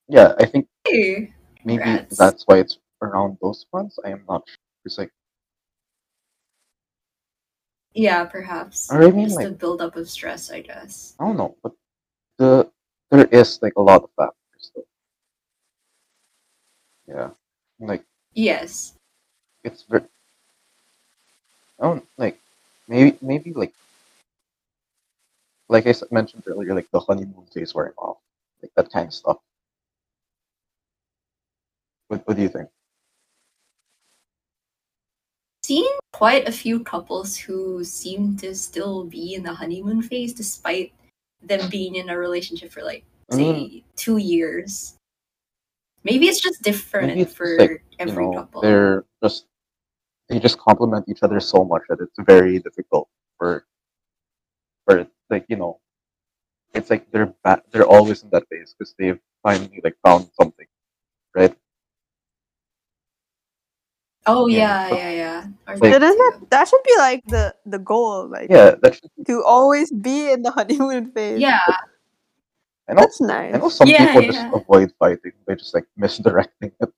[SPEAKER 1] yeah, I think
[SPEAKER 3] Hey,
[SPEAKER 1] maybe
[SPEAKER 3] Congrats.
[SPEAKER 1] that's why it's around those ones. I am not sure. It's like
[SPEAKER 3] yeah, perhaps.
[SPEAKER 1] I mean,
[SPEAKER 3] Just
[SPEAKER 1] like-
[SPEAKER 3] a buildup of stress, I guess.
[SPEAKER 1] I don't know, but the there is like a lot of factors though. Yeah, like
[SPEAKER 3] Yes.
[SPEAKER 1] it's very. I don't like maybe maybe like like I s- mentioned earlier, like the honeymoon phase wearing off, like that kind of stuff. What What do you think?
[SPEAKER 3] Seen quite a few couples who seem to still be in the honeymoon phase despite them being in a relationship for like,
[SPEAKER 1] I
[SPEAKER 3] say,
[SPEAKER 1] mean-
[SPEAKER 3] two years. Maybe it's just different
[SPEAKER 1] Maybe it's just,
[SPEAKER 3] for
[SPEAKER 1] like, You
[SPEAKER 3] every
[SPEAKER 1] know,
[SPEAKER 3] couple.
[SPEAKER 1] they're just they just complement each other so much that it's very difficult for for it, like you know it's like they're ba- they're always in that phase because they've finally like found something right
[SPEAKER 3] Oh,
[SPEAKER 1] Yeah.
[SPEAKER 3] yeah, yeah, yeah. Or
[SPEAKER 1] Like-
[SPEAKER 3] that
[SPEAKER 2] Didn't
[SPEAKER 3] too.
[SPEAKER 2] that that should be like the the goal, like
[SPEAKER 1] yeah that should,
[SPEAKER 2] to always be in the honeymoon phase.
[SPEAKER 3] Yeah,
[SPEAKER 1] I know
[SPEAKER 2] that's nice.
[SPEAKER 1] I know some
[SPEAKER 3] Yeah,
[SPEAKER 1] people just
[SPEAKER 3] yeah.
[SPEAKER 1] avoid fighting they just like misdirecting it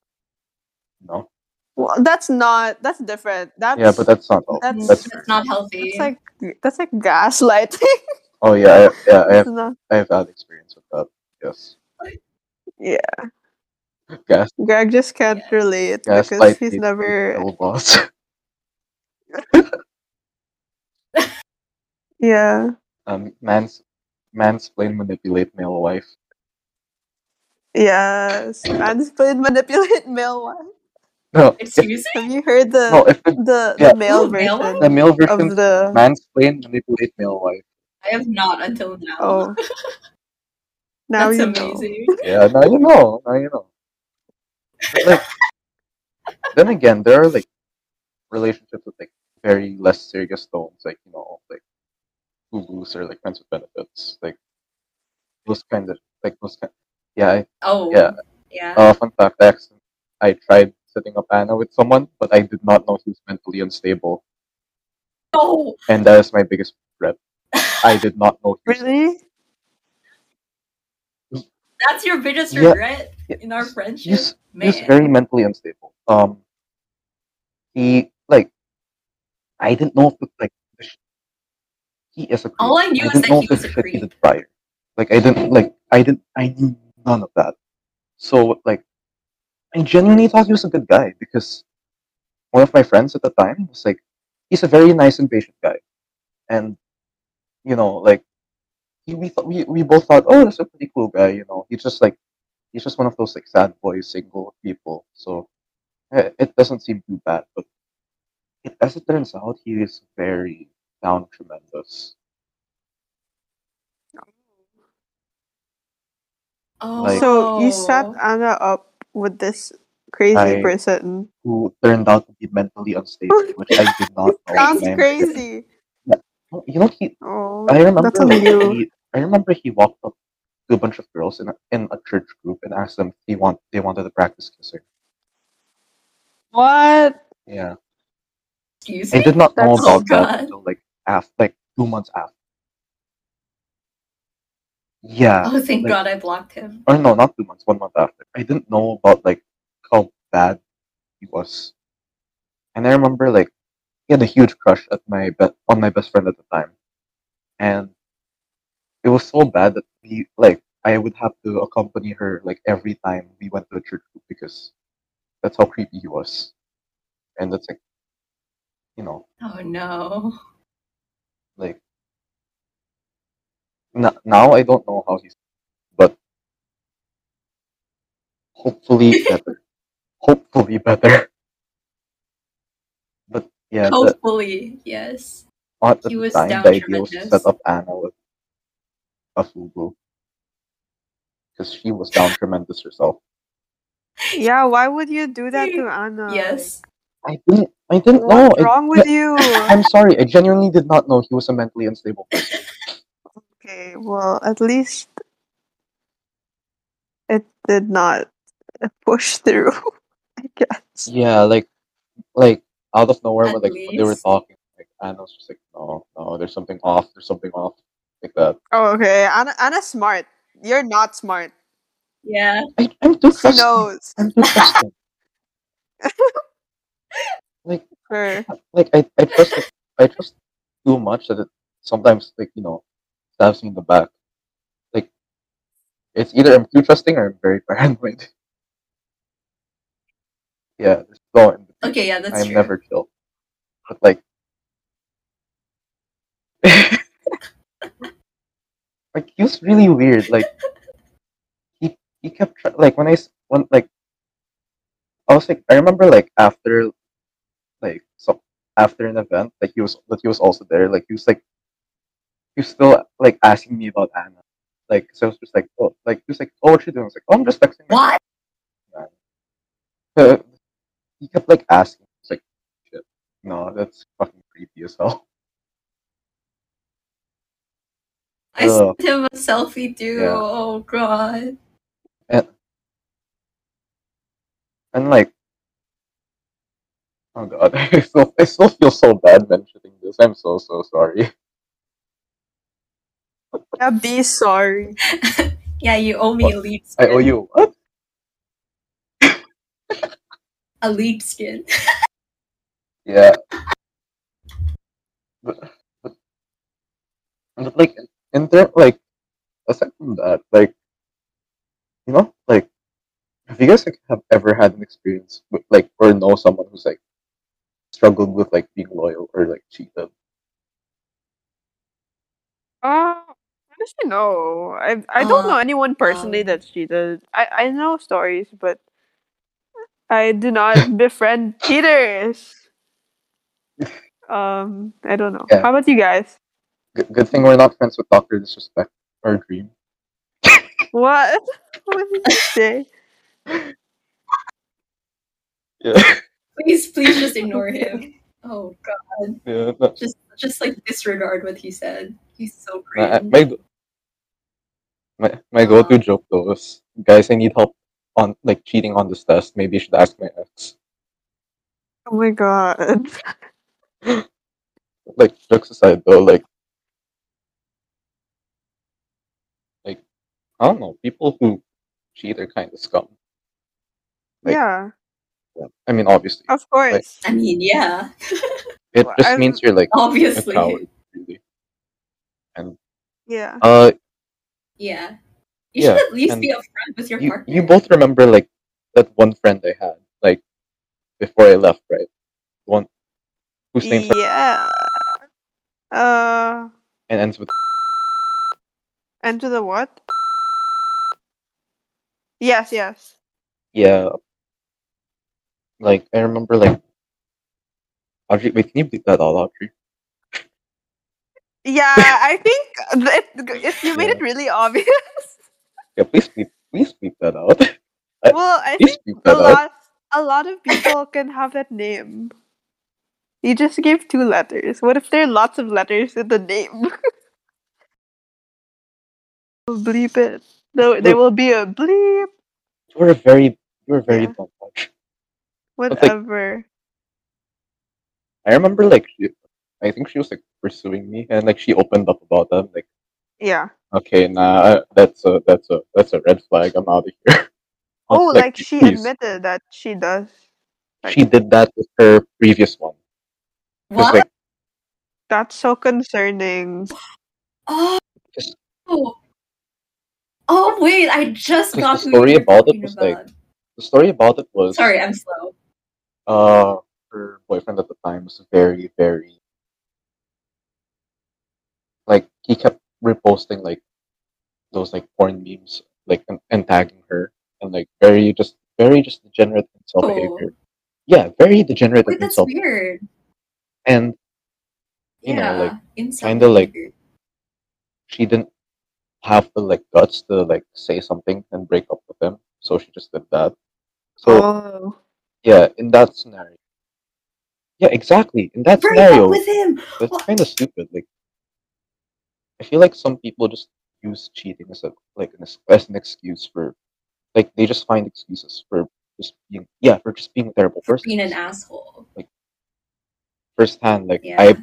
[SPEAKER 1] no
[SPEAKER 2] Well, that's not that's different. That's
[SPEAKER 1] yeah but that's not all
[SPEAKER 2] that's
[SPEAKER 1] that's
[SPEAKER 3] that's not healthy.
[SPEAKER 2] that's like that's like gaslighting.
[SPEAKER 1] Oh yeah, I, yeah, I
[SPEAKER 2] It's
[SPEAKER 1] have
[SPEAKER 2] not
[SPEAKER 1] I have had experience with that. Yes,
[SPEAKER 2] yeah.
[SPEAKER 1] gas,
[SPEAKER 2] Greg just can't
[SPEAKER 3] Yes.
[SPEAKER 2] relate
[SPEAKER 1] gas
[SPEAKER 2] because he's never
[SPEAKER 1] double boss.
[SPEAKER 2] yeah.
[SPEAKER 1] um, mans mansplain manipulate male wife.
[SPEAKER 2] Yes. Mansplain manipulate male wife.
[SPEAKER 1] No, if,
[SPEAKER 3] Excuse me?
[SPEAKER 2] Have you heard the
[SPEAKER 1] no, if the,
[SPEAKER 2] the,
[SPEAKER 1] Oh, yeah.
[SPEAKER 2] the male
[SPEAKER 3] Ooh, male
[SPEAKER 2] version
[SPEAKER 1] the male version
[SPEAKER 2] of the
[SPEAKER 1] mansplain manipulate male wife.
[SPEAKER 3] I have not until now.
[SPEAKER 2] Oh. Now
[SPEAKER 3] That's
[SPEAKER 2] you know.
[SPEAKER 3] amazing.
[SPEAKER 1] Yeah, now you know. Now you know. But, like, then again, there are like relationships with like very less serious tones, like you know, like boo-boos or like friends with benefits, like those kind of like those kind. Yeah, I,
[SPEAKER 3] Oh.
[SPEAKER 1] Yeah.
[SPEAKER 3] Yeah.
[SPEAKER 1] uh, fun fact: I accident- I tried setting up Anna with someone, but I did not know he was mentally unstable,
[SPEAKER 3] Oh.
[SPEAKER 1] and that is my biggest regret. I did not know he was
[SPEAKER 2] Really?
[SPEAKER 3] That's your biggest
[SPEAKER 1] Yeah.
[SPEAKER 3] regret
[SPEAKER 1] Yeah.
[SPEAKER 3] in our friendship?
[SPEAKER 1] he's,
[SPEAKER 3] Man.
[SPEAKER 1] he's very mentally unstable. Um, he like I didn't know if it, like the sh- he is a creep.
[SPEAKER 3] All I knew
[SPEAKER 1] I
[SPEAKER 3] is
[SPEAKER 1] didn't
[SPEAKER 3] that
[SPEAKER 1] know
[SPEAKER 3] he
[SPEAKER 1] if the
[SPEAKER 3] was a
[SPEAKER 1] shit he
[SPEAKER 3] creep.
[SPEAKER 1] did prior. Like I didn't like I didn't I knew none of that. So like I genuinely thought he was a good guy because one of my friends at the time was like, he's a very nice and patient guy, and you know like he, we thought we, we both thought oh that's a pretty cool guy you know he's just like he's just one of those like sad boy single people so eh, it doesn't seem too bad but it, as it turns out he is very down tremendous
[SPEAKER 3] Oh.
[SPEAKER 1] Like-
[SPEAKER 2] so you set Anna up with this crazy
[SPEAKER 1] I-
[SPEAKER 2] person.
[SPEAKER 1] who turned out to be mentally unstable which I did not know when I
[SPEAKER 2] Sounds
[SPEAKER 1] met him.
[SPEAKER 2] crazy.
[SPEAKER 1] you know he
[SPEAKER 2] Oh,
[SPEAKER 1] I remember
[SPEAKER 2] that's on
[SPEAKER 1] like,
[SPEAKER 2] you.
[SPEAKER 1] he, I remember he walked up to a bunch of girls in a, in a church group and asked them if they want they wanted to practice kissing
[SPEAKER 2] What?
[SPEAKER 1] yeah
[SPEAKER 3] Excuse
[SPEAKER 1] I
[SPEAKER 3] me?
[SPEAKER 1] did not know
[SPEAKER 2] That's-
[SPEAKER 1] about
[SPEAKER 3] Oh,
[SPEAKER 1] that
[SPEAKER 3] God.
[SPEAKER 1] until like after, like two months after. Yeah,
[SPEAKER 3] Oh, thank
[SPEAKER 1] like-
[SPEAKER 3] God I blocked him.
[SPEAKER 1] or no, not two months, one month after. I didn't know about like how bad he was, and I remember like he had a huge crush at my be- on my best friend at the time, and it was so bad that we like I would have to accompany her like every time we went to a church group because that's how creepy he was, and that's like you know
[SPEAKER 3] Oh, no.
[SPEAKER 1] like n- now I don't know how he's, but hopefully better, hopefully better. But yeah, the,
[SPEAKER 3] Hopefully, yes.
[SPEAKER 1] on- at
[SPEAKER 3] he
[SPEAKER 1] the
[SPEAKER 3] was
[SPEAKER 1] time
[SPEAKER 3] down
[SPEAKER 1] the idea was to
[SPEAKER 3] tremendous.
[SPEAKER 1] set up Anna with a Fubu because she was down tremendous herself.
[SPEAKER 2] Yeah, why would you do that to Anna?
[SPEAKER 3] Yes.
[SPEAKER 1] I didn't, I didn't know.
[SPEAKER 2] What's
[SPEAKER 1] I-
[SPEAKER 2] wrong with you?
[SPEAKER 1] I'm sorry, I genuinely did not know he was a mentally unstable person.
[SPEAKER 2] okay, well, at least it did not push through. I guess.
[SPEAKER 1] Yeah, like, like out of nowhere,
[SPEAKER 3] At
[SPEAKER 1] when, like when they were
[SPEAKER 3] least.
[SPEAKER 1] talking, like Anna was just like, no, no, there's something off, there's something off, like that.
[SPEAKER 2] Oh, okay, Anna. Anna's smart. You're not smart.
[SPEAKER 3] Yeah.
[SPEAKER 1] I, I'm too
[SPEAKER 2] She
[SPEAKER 1] trusting.
[SPEAKER 2] knows.
[SPEAKER 1] I'm too trusting. like,
[SPEAKER 2] Her.
[SPEAKER 1] like I, I trust it, I trust too much that it sometimes like you know stabs me in the back. Like it's either I'm too trusting or I'm very paranoid. yeah, there's no in between.
[SPEAKER 3] Okay, yeah, that's
[SPEAKER 1] I'm
[SPEAKER 3] true.
[SPEAKER 1] never chill. But like like he was really weird. Like he he kept try- like when I s- when like I was like I remember like after like so after an event like he was that he was also there like he was like he was still like asking me about Anna like so I was just like oh like he was like oh what you doing I was like oh I'm just texting my
[SPEAKER 3] What?
[SPEAKER 1] friend." he kept like asking I was like shit no that's fucking creepy as hell
[SPEAKER 3] I
[SPEAKER 1] Ugh.
[SPEAKER 3] sent him a selfie too.
[SPEAKER 1] Yeah.
[SPEAKER 3] Oh, God.
[SPEAKER 1] and like oh god I still I still feel so bad mentioning this I'm so so sorry
[SPEAKER 2] Yeah, be sorry.
[SPEAKER 3] Yeah, you owe me a lead
[SPEAKER 1] I
[SPEAKER 3] skin.
[SPEAKER 1] owe you what
[SPEAKER 3] A lead skin.
[SPEAKER 1] yeah but, but, but like in there, like, aside from that, like, you know, like, have you guys like, have ever had an experience with, like, or know someone who's like struggled with like being loyal or like cheated?
[SPEAKER 2] Uh, honestly, no. I I don't
[SPEAKER 3] Uh,
[SPEAKER 2] know anyone personally
[SPEAKER 3] um,
[SPEAKER 2] that's cheated. I I know stories, but I do not befriend cheaters. Um, I don't know.
[SPEAKER 1] Yeah.
[SPEAKER 2] How about you guys?
[SPEAKER 1] Good, good thing we're not friends with Doctor Disrespect or Dream.
[SPEAKER 2] What? what did you say?
[SPEAKER 1] Yeah,
[SPEAKER 3] Please, please just ignore
[SPEAKER 2] Okay.
[SPEAKER 3] him. Oh god.
[SPEAKER 1] yeah. no,
[SPEAKER 3] Just just like disregard what he said. He's so
[SPEAKER 1] I- I-
[SPEAKER 3] crazy.
[SPEAKER 1] my my, my go-to joke though is, guys, I need help on like cheating on this test. Maybe you should ask my ex.
[SPEAKER 2] Oh my god.
[SPEAKER 1] Like jokes aside though, like like I don't know, people who cheat are kind of scum. Like-
[SPEAKER 2] yeah,
[SPEAKER 1] I mean, obviously,
[SPEAKER 2] of course.
[SPEAKER 3] I mean, yeah,
[SPEAKER 1] it
[SPEAKER 2] Oh, Well,
[SPEAKER 1] just
[SPEAKER 2] I'm-
[SPEAKER 1] means you're like a
[SPEAKER 3] obviously.
[SPEAKER 1] coward, really. And
[SPEAKER 2] yeah.
[SPEAKER 1] uh,
[SPEAKER 3] Yeah. You
[SPEAKER 1] Yeah,
[SPEAKER 3] should at least
[SPEAKER 1] and
[SPEAKER 3] be upfront with your
[SPEAKER 1] you
[SPEAKER 3] partner.
[SPEAKER 1] you both remember like that one friend I had like before I left, right? One whose name starts
[SPEAKER 2] Yeah. Uh,
[SPEAKER 1] and ends with
[SPEAKER 2] and to the what? Yes, yes.
[SPEAKER 1] yeah. Like I remember like Audrey, wait, can you beat that out, Audrey?
[SPEAKER 2] Yeah, I think it, it, you made
[SPEAKER 1] Yeah.
[SPEAKER 2] it really obvious.
[SPEAKER 1] Yeah, please beat please beat that out. Uh,
[SPEAKER 2] well, I
[SPEAKER 1] please
[SPEAKER 2] think
[SPEAKER 1] beat
[SPEAKER 2] a
[SPEAKER 1] that out.
[SPEAKER 2] lot, a lot of people can have that name. You just gave two letters. What if there are lots of letters in the name? bleep it. No, there will be a bleep.
[SPEAKER 1] You were very you were very
[SPEAKER 2] Yeah.
[SPEAKER 1] dumb. Audrey. like-
[SPEAKER 2] Whatever.
[SPEAKER 1] I remember like she, I think she was like pursuing me and like she opened up about that. Like,
[SPEAKER 2] Yeah.
[SPEAKER 1] okay, nah, I- that's a that's a that's a red flag. I'm out of here. I
[SPEAKER 2] Oh,
[SPEAKER 1] was
[SPEAKER 2] like she
[SPEAKER 1] "Please."
[SPEAKER 2] admitted that she does. like-
[SPEAKER 1] she did that with her previous one. It was
[SPEAKER 3] What?
[SPEAKER 1] like
[SPEAKER 2] That's so concerning.
[SPEAKER 3] oh.
[SPEAKER 1] Just-
[SPEAKER 3] Oh wait, I just
[SPEAKER 1] Because the
[SPEAKER 3] got who you
[SPEAKER 1] story
[SPEAKER 3] were
[SPEAKER 1] about it
[SPEAKER 3] talking
[SPEAKER 1] was,
[SPEAKER 3] about.
[SPEAKER 1] like, the story about it was
[SPEAKER 3] Sorry, I'm slow.
[SPEAKER 1] uh her boyfriend at the time was very very like he kept reposting like those like porn memes like and, and tagging her and like very just very just degenerate insult
[SPEAKER 3] Oh.
[SPEAKER 1] behavior. Yeah, very degenerate
[SPEAKER 3] Wait,
[SPEAKER 1] and
[SPEAKER 3] that's
[SPEAKER 1] insult
[SPEAKER 3] weird.
[SPEAKER 1] and You
[SPEAKER 3] Yeah,
[SPEAKER 1] know, like,
[SPEAKER 3] insult
[SPEAKER 1] kinda like-
[SPEAKER 3] behavior.
[SPEAKER 1] she didn't have the like guts to like say something and break up with him, so she just did that. So
[SPEAKER 2] Oh.
[SPEAKER 1] yeah, in that scenario, yeah, exactly. In that
[SPEAKER 3] Break
[SPEAKER 1] scenario,
[SPEAKER 3] up with him.
[SPEAKER 1] that's
[SPEAKER 3] What?
[SPEAKER 1] kind of stupid. Like, I feel like some people just use cheating as a like an, ex- as an excuse for like they just find excuses for just being yeah for just being a terrible
[SPEAKER 3] For
[SPEAKER 1] person.
[SPEAKER 3] being an asshole.
[SPEAKER 1] Firsthand, like
[SPEAKER 3] Yeah.
[SPEAKER 1] I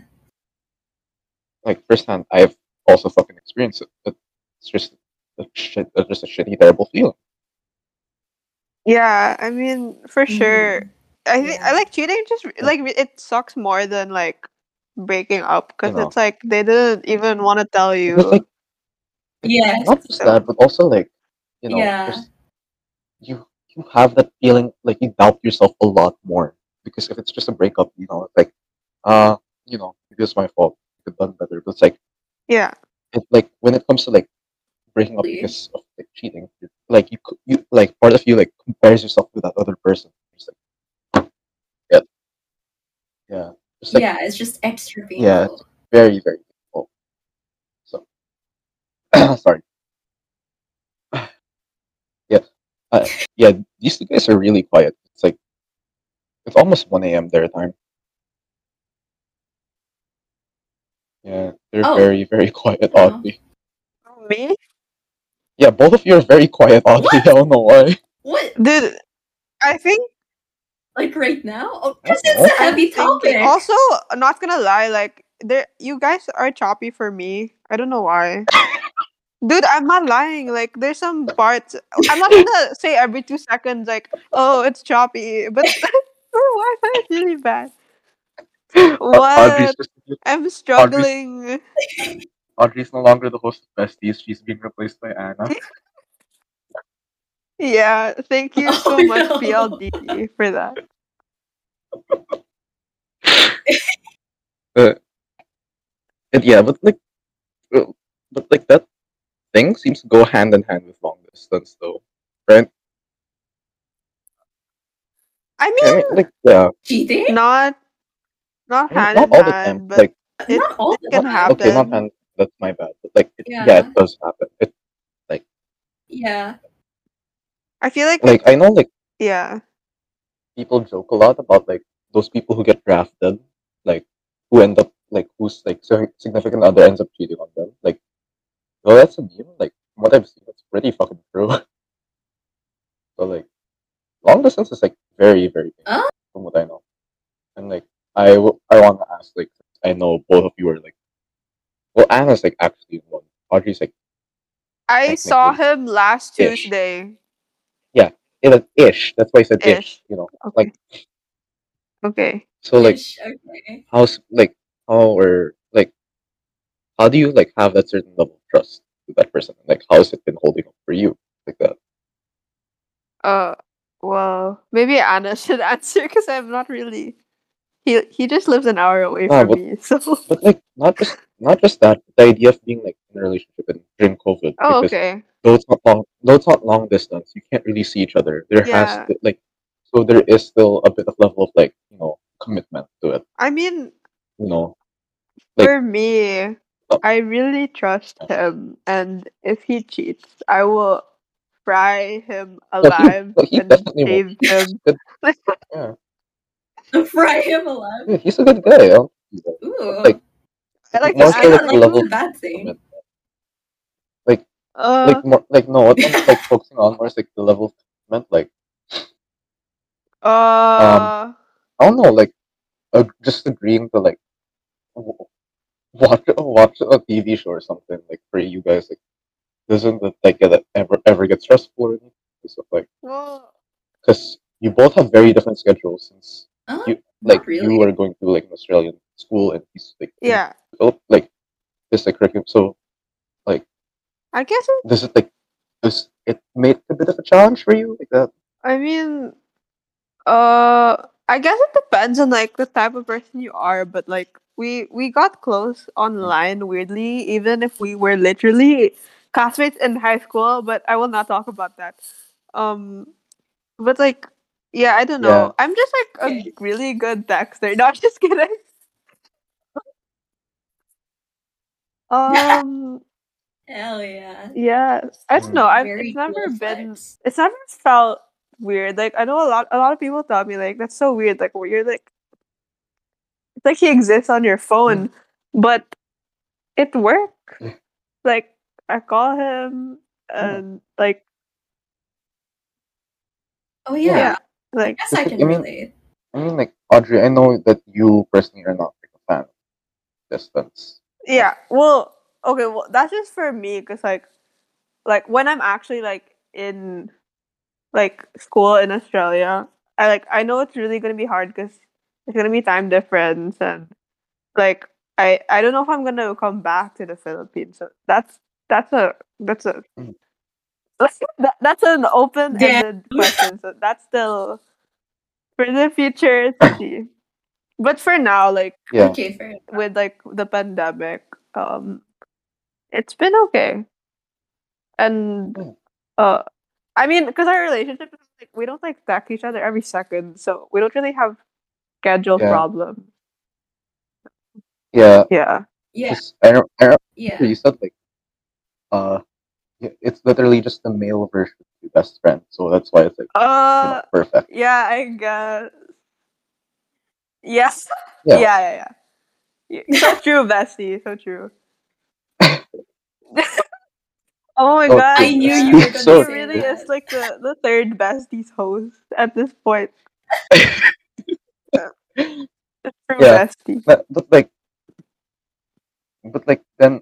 [SPEAKER 1] like firsthand, I've also fucking experienced it. But it's just a shit, uh, just a shitty, terrible feeling.
[SPEAKER 2] Yeah, I mean, for sure.
[SPEAKER 3] Mhm.
[SPEAKER 2] I think
[SPEAKER 3] Yeah.
[SPEAKER 2] I like cheating. Just
[SPEAKER 1] Yeah.
[SPEAKER 2] like it sucks more than like breaking up because
[SPEAKER 1] You know.
[SPEAKER 2] it's like they didn't even want to tell you.
[SPEAKER 1] Because like
[SPEAKER 3] Yes.
[SPEAKER 1] not just
[SPEAKER 2] So-
[SPEAKER 1] that, but also like you know,
[SPEAKER 3] Yeah.
[SPEAKER 1] just you you have that feeling like you doubt yourself a lot more because if it's just a breakup, you know, it's like uh, you know, it is my fault. I could have done better, but it's like
[SPEAKER 2] yeah,
[SPEAKER 1] it, like when it comes to like breaking up
[SPEAKER 3] Really?
[SPEAKER 1] because of like cheating, it- like you c- you like part of you like compares yourself with that other person. It's like, yeah, yeah, it's like
[SPEAKER 3] yeah, it's just extra painful.
[SPEAKER 1] Yeah. very very difficult. So sorry. yeah, uh, yeah. These two guys are really quiet. It's like it's almost one a.m. their time. Yeah, they're
[SPEAKER 3] Oh.
[SPEAKER 1] very very quiet.
[SPEAKER 3] Oh.
[SPEAKER 1] Oddly,
[SPEAKER 2] Oh, me,
[SPEAKER 1] yeah, both of you are very quiet. Oddly, I don't know why.
[SPEAKER 3] What?
[SPEAKER 2] dude. I think
[SPEAKER 3] Like right now? Oh,
[SPEAKER 1] I
[SPEAKER 3] because
[SPEAKER 1] don't
[SPEAKER 3] it's a
[SPEAKER 2] I'm
[SPEAKER 3] heavy
[SPEAKER 2] thinking-
[SPEAKER 3] topic.
[SPEAKER 2] Also, not gonna lie, like there, you guys are choppy for me. I don't know why. Dude, I'm not lying. Like, there's some parts. I'm not gonna say every two seconds, like, oh, it's choppy, but why is it really bad?
[SPEAKER 1] Audrey's
[SPEAKER 2] What?
[SPEAKER 1] just
[SPEAKER 2] I'm struggling.
[SPEAKER 1] Audrey's no longer the host of Besties. She's being replaced by Anna.
[SPEAKER 4] Yeah, thank you so
[SPEAKER 3] Oh,
[SPEAKER 4] much,
[SPEAKER 3] no.
[SPEAKER 4] PLDT, for that.
[SPEAKER 1] And yeah, but like, uh, but like that thing seems to go hand in hand with long distance, though, right?
[SPEAKER 4] I mean,
[SPEAKER 1] I mean, like, yeah,
[SPEAKER 3] Cheating?
[SPEAKER 4] not not hand
[SPEAKER 1] not
[SPEAKER 4] in
[SPEAKER 1] all the time.
[SPEAKER 4] hand, but
[SPEAKER 1] Like,
[SPEAKER 4] it-
[SPEAKER 3] Not all the
[SPEAKER 4] can
[SPEAKER 3] time.
[SPEAKER 4] happen.
[SPEAKER 1] okay, not hand. That's my bad. But like, it, yeah.
[SPEAKER 3] Yeah.
[SPEAKER 1] it does happen. It,
[SPEAKER 3] Yeah.
[SPEAKER 4] I feel like,
[SPEAKER 1] like, I know, like
[SPEAKER 4] yeah,
[SPEAKER 1] people joke a lot about like those people who get drafted, like who end up like whose like sig- significant other ends up cheating on them. Like, well, that's a meme. Like, from what I've seen, it's pretty fucking true. so like, long distance is like very very big,
[SPEAKER 3] Huh?
[SPEAKER 1] from what I know, and like I w- I want to ask like I know both of you are like, well Anna's like actually in one. Audrey's like
[SPEAKER 2] I saw him last
[SPEAKER 1] Ish.
[SPEAKER 2] Tuesday.
[SPEAKER 1] it is ish. That's why I said ish.
[SPEAKER 4] Ish.
[SPEAKER 1] You know,
[SPEAKER 4] Okay.
[SPEAKER 1] like
[SPEAKER 4] okay.
[SPEAKER 1] so like
[SPEAKER 3] Ish, okay.
[SPEAKER 1] how s- like how or like how do you like have that certain level of trust with that person like how has it been holding up for you like that
[SPEAKER 2] Uh, well, maybe Anna should answer because I'm not really.
[SPEAKER 4] He he just lives an hour away
[SPEAKER 1] Ah,
[SPEAKER 4] from
[SPEAKER 1] but-
[SPEAKER 4] me, so
[SPEAKER 1] but like not just not just that but the idea of being like in a relationship and during covid
[SPEAKER 2] Oh,
[SPEAKER 1] because
[SPEAKER 2] okay.
[SPEAKER 1] though it's not long though it's not long distance you can't really see each other there
[SPEAKER 4] Yeah.
[SPEAKER 1] has to, like so there is still a bit of level of like you know commitment to it
[SPEAKER 4] I mean,
[SPEAKER 1] you know Like-
[SPEAKER 4] for
[SPEAKER 1] Oh.
[SPEAKER 4] me, I really trust him, and if he cheats, I will fry him
[SPEAKER 1] he-
[SPEAKER 4] alive
[SPEAKER 1] no, he
[SPEAKER 4] and
[SPEAKER 1] definitely
[SPEAKER 4] save
[SPEAKER 1] won't.
[SPEAKER 4] him.
[SPEAKER 3] Fry him alive.
[SPEAKER 1] Yeah, he's a good guy I'll-
[SPEAKER 3] Ooh.
[SPEAKER 1] Like,
[SPEAKER 4] I like
[SPEAKER 1] More
[SPEAKER 4] this.
[SPEAKER 3] I
[SPEAKER 1] so
[SPEAKER 4] Anna,
[SPEAKER 1] like
[SPEAKER 3] don't
[SPEAKER 1] the
[SPEAKER 3] like
[SPEAKER 1] level
[SPEAKER 3] the
[SPEAKER 1] of
[SPEAKER 3] bad thing.
[SPEAKER 1] commitment.
[SPEAKER 4] uh,
[SPEAKER 1] like more like no what I'm like focusing on more is like the level of commitment like
[SPEAKER 4] uh,
[SPEAKER 1] um, I don't know, like uh, just agreeing to like w- watch watch a TV show or something like for you guys like doesn't it, like get ever ever get stressful or anything so, like
[SPEAKER 4] well,
[SPEAKER 1] because you both have very different schedules since
[SPEAKER 3] Huh?
[SPEAKER 1] You-
[SPEAKER 3] Not
[SPEAKER 1] like
[SPEAKER 3] really.
[SPEAKER 1] you are going to like an Australian school and he's like in-
[SPEAKER 4] yeah.
[SPEAKER 1] oh, like this like curriculum so
[SPEAKER 4] I guess it,
[SPEAKER 1] this is like this it made a bit of a challenge for you like that
[SPEAKER 4] I mean,
[SPEAKER 2] Uh, I guess it depends on like the type of person you are, but like we we got close online weirdly, even if we were literally classmates in high school. But I will not talk about that. Um, but like, yeah, I don't know. I'm just like a
[SPEAKER 3] Okay.
[SPEAKER 2] really good texter. Not just kidding. Um,
[SPEAKER 3] Hell yeah.
[SPEAKER 2] yeah, I don't know. I've
[SPEAKER 3] Very
[SPEAKER 2] it's never
[SPEAKER 3] cool
[SPEAKER 2] been.
[SPEAKER 3] vibes.
[SPEAKER 2] It's never felt weird. Like I know a lot. A lot of people tell me like that's so weird. Like where you're like
[SPEAKER 4] it's like he exists on your phone, but it worked.
[SPEAKER 1] Yeah.
[SPEAKER 4] Like I call him and like
[SPEAKER 3] Oh yeah.
[SPEAKER 4] Yeah.
[SPEAKER 3] I
[SPEAKER 4] like
[SPEAKER 3] guess I
[SPEAKER 1] Because,
[SPEAKER 3] can
[SPEAKER 1] I mean-
[SPEAKER 3] relate.
[SPEAKER 1] I mean like Audrey I know that you personally are not like a fan of distance
[SPEAKER 4] yeah.
[SPEAKER 2] Well, okay, well that's just for me because like like when I'm actually like in like school in Australia, I like I know it's really gonna be hard because it's gonna be time difference and like I I don't know if I'm gonna come back to the Philippines. So that's that's a that's a
[SPEAKER 1] Mm.
[SPEAKER 2] that, that's an open ended question. So that's still for the future to see. But for now, like
[SPEAKER 1] yeah
[SPEAKER 3] Okay, fair enough.
[SPEAKER 2] with like the pandemic um it's been okay and
[SPEAKER 1] Mm.
[SPEAKER 2] uh i mean because our relationship is like we don't like text each other every second so we don't really have schedule
[SPEAKER 1] Yeah.
[SPEAKER 2] problems
[SPEAKER 1] yeah
[SPEAKER 2] yeah
[SPEAKER 3] Yeah,
[SPEAKER 1] Because I don't, I don't
[SPEAKER 3] yeah.
[SPEAKER 1] you said like, uh, yeah, it's literally just the male version of your best friend, so that's why it's like you know,
[SPEAKER 2] uh
[SPEAKER 1] perfect.
[SPEAKER 2] yeah i guess yes
[SPEAKER 1] Yeah.
[SPEAKER 2] yeah yeah yeah, yeah. so true bestie so true oh my
[SPEAKER 1] So
[SPEAKER 2] god
[SPEAKER 1] true,
[SPEAKER 3] I knew you were
[SPEAKER 1] bestie.
[SPEAKER 3] gonna
[SPEAKER 1] so,
[SPEAKER 2] He
[SPEAKER 3] say
[SPEAKER 2] really
[SPEAKER 3] that.
[SPEAKER 2] is like the, the third besties host at this point. The true
[SPEAKER 1] Yeah.
[SPEAKER 2] bestie.
[SPEAKER 1] But, but like, but like then,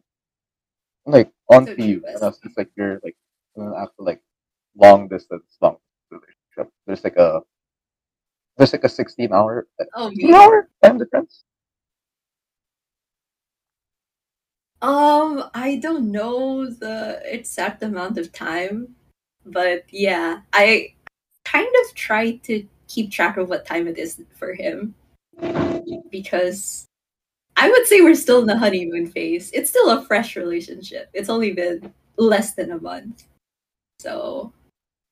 [SPEAKER 1] like on
[SPEAKER 3] So
[SPEAKER 1] to you,
[SPEAKER 3] true,
[SPEAKER 1] and that's just like you're like in an actual like long distance long relationship. There's like a there's like a sixteen hour
[SPEAKER 3] Oh,
[SPEAKER 1] sixteen
[SPEAKER 3] me.
[SPEAKER 1] hour time difference.
[SPEAKER 3] Um, don't know the exact amount of time, but yeah, I kind of try to keep track of what time it is for him because I would say we're still in the honeymoon phase. It's still a fresh relationship. It's only been less than a month. So,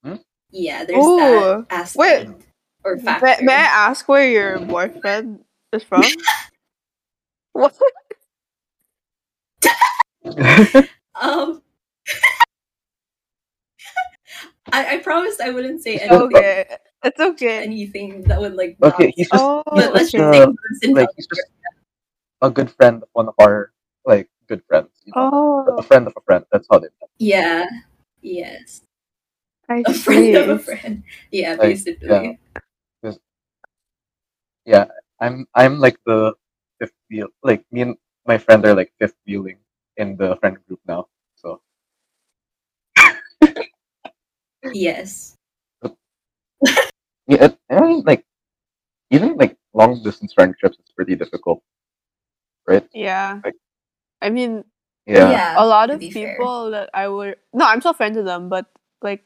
[SPEAKER 1] Hmm?
[SPEAKER 3] yeah, there's that
[SPEAKER 2] Ooh.
[SPEAKER 3] aspect
[SPEAKER 2] Wait.
[SPEAKER 3] or
[SPEAKER 2] May,
[SPEAKER 3] factor.
[SPEAKER 2] may I ask where your boyfriend is from? what?
[SPEAKER 3] Um, I, I promised I wouldn't say anything,
[SPEAKER 2] Okay, it's okay.
[SPEAKER 3] anything that would like.
[SPEAKER 1] Okay,
[SPEAKER 3] not-
[SPEAKER 1] he's just
[SPEAKER 2] Oh,
[SPEAKER 1] he's
[SPEAKER 3] but let's
[SPEAKER 1] just
[SPEAKER 3] just
[SPEAKER 1] uh,
[SPEAKER 2] okay.
[SPEAKER 3] say he's in
[SPEAKER 1] like he's just a good friend of one of our like good friends. You know? A
[SPEAKER 2] Oh,
[SPEAKER 1] friend of a friend. That's how they met.
[SPEAKER 3] Yeah. Yes.
[SPEAKER 2] I
[SPEAKER 3] A friend
[SPEAKER 2] see.
[SPEAKER 3] of a friend. Yeah,
[SPEAKER 1] Like,
[SPEAKER 3] basically.
[SPEAKER 1] yeah. Yeah, I'm I'm like the fifth wheel. Like me and my friend are like fifth wheeling in the friend group now. So
[SPEAKER 3] Yes.
[SPEAKER 1] yeah, it- I mean, like even like long distance friendships is pretty difficult, right?
[SPEAKER 2] Yeah,
[SPEAKER 1] Like-
[SPEAKER 2] I mean,
[SPEAKER 1] Yeah.
[SPEAKER 2] a lot
[SPEAKER 3] to
[SPEAKER 2] of
[SPEAKER 3] be fair.
[SPEAKER 2] people that I would no, I'm still friends with them, but like,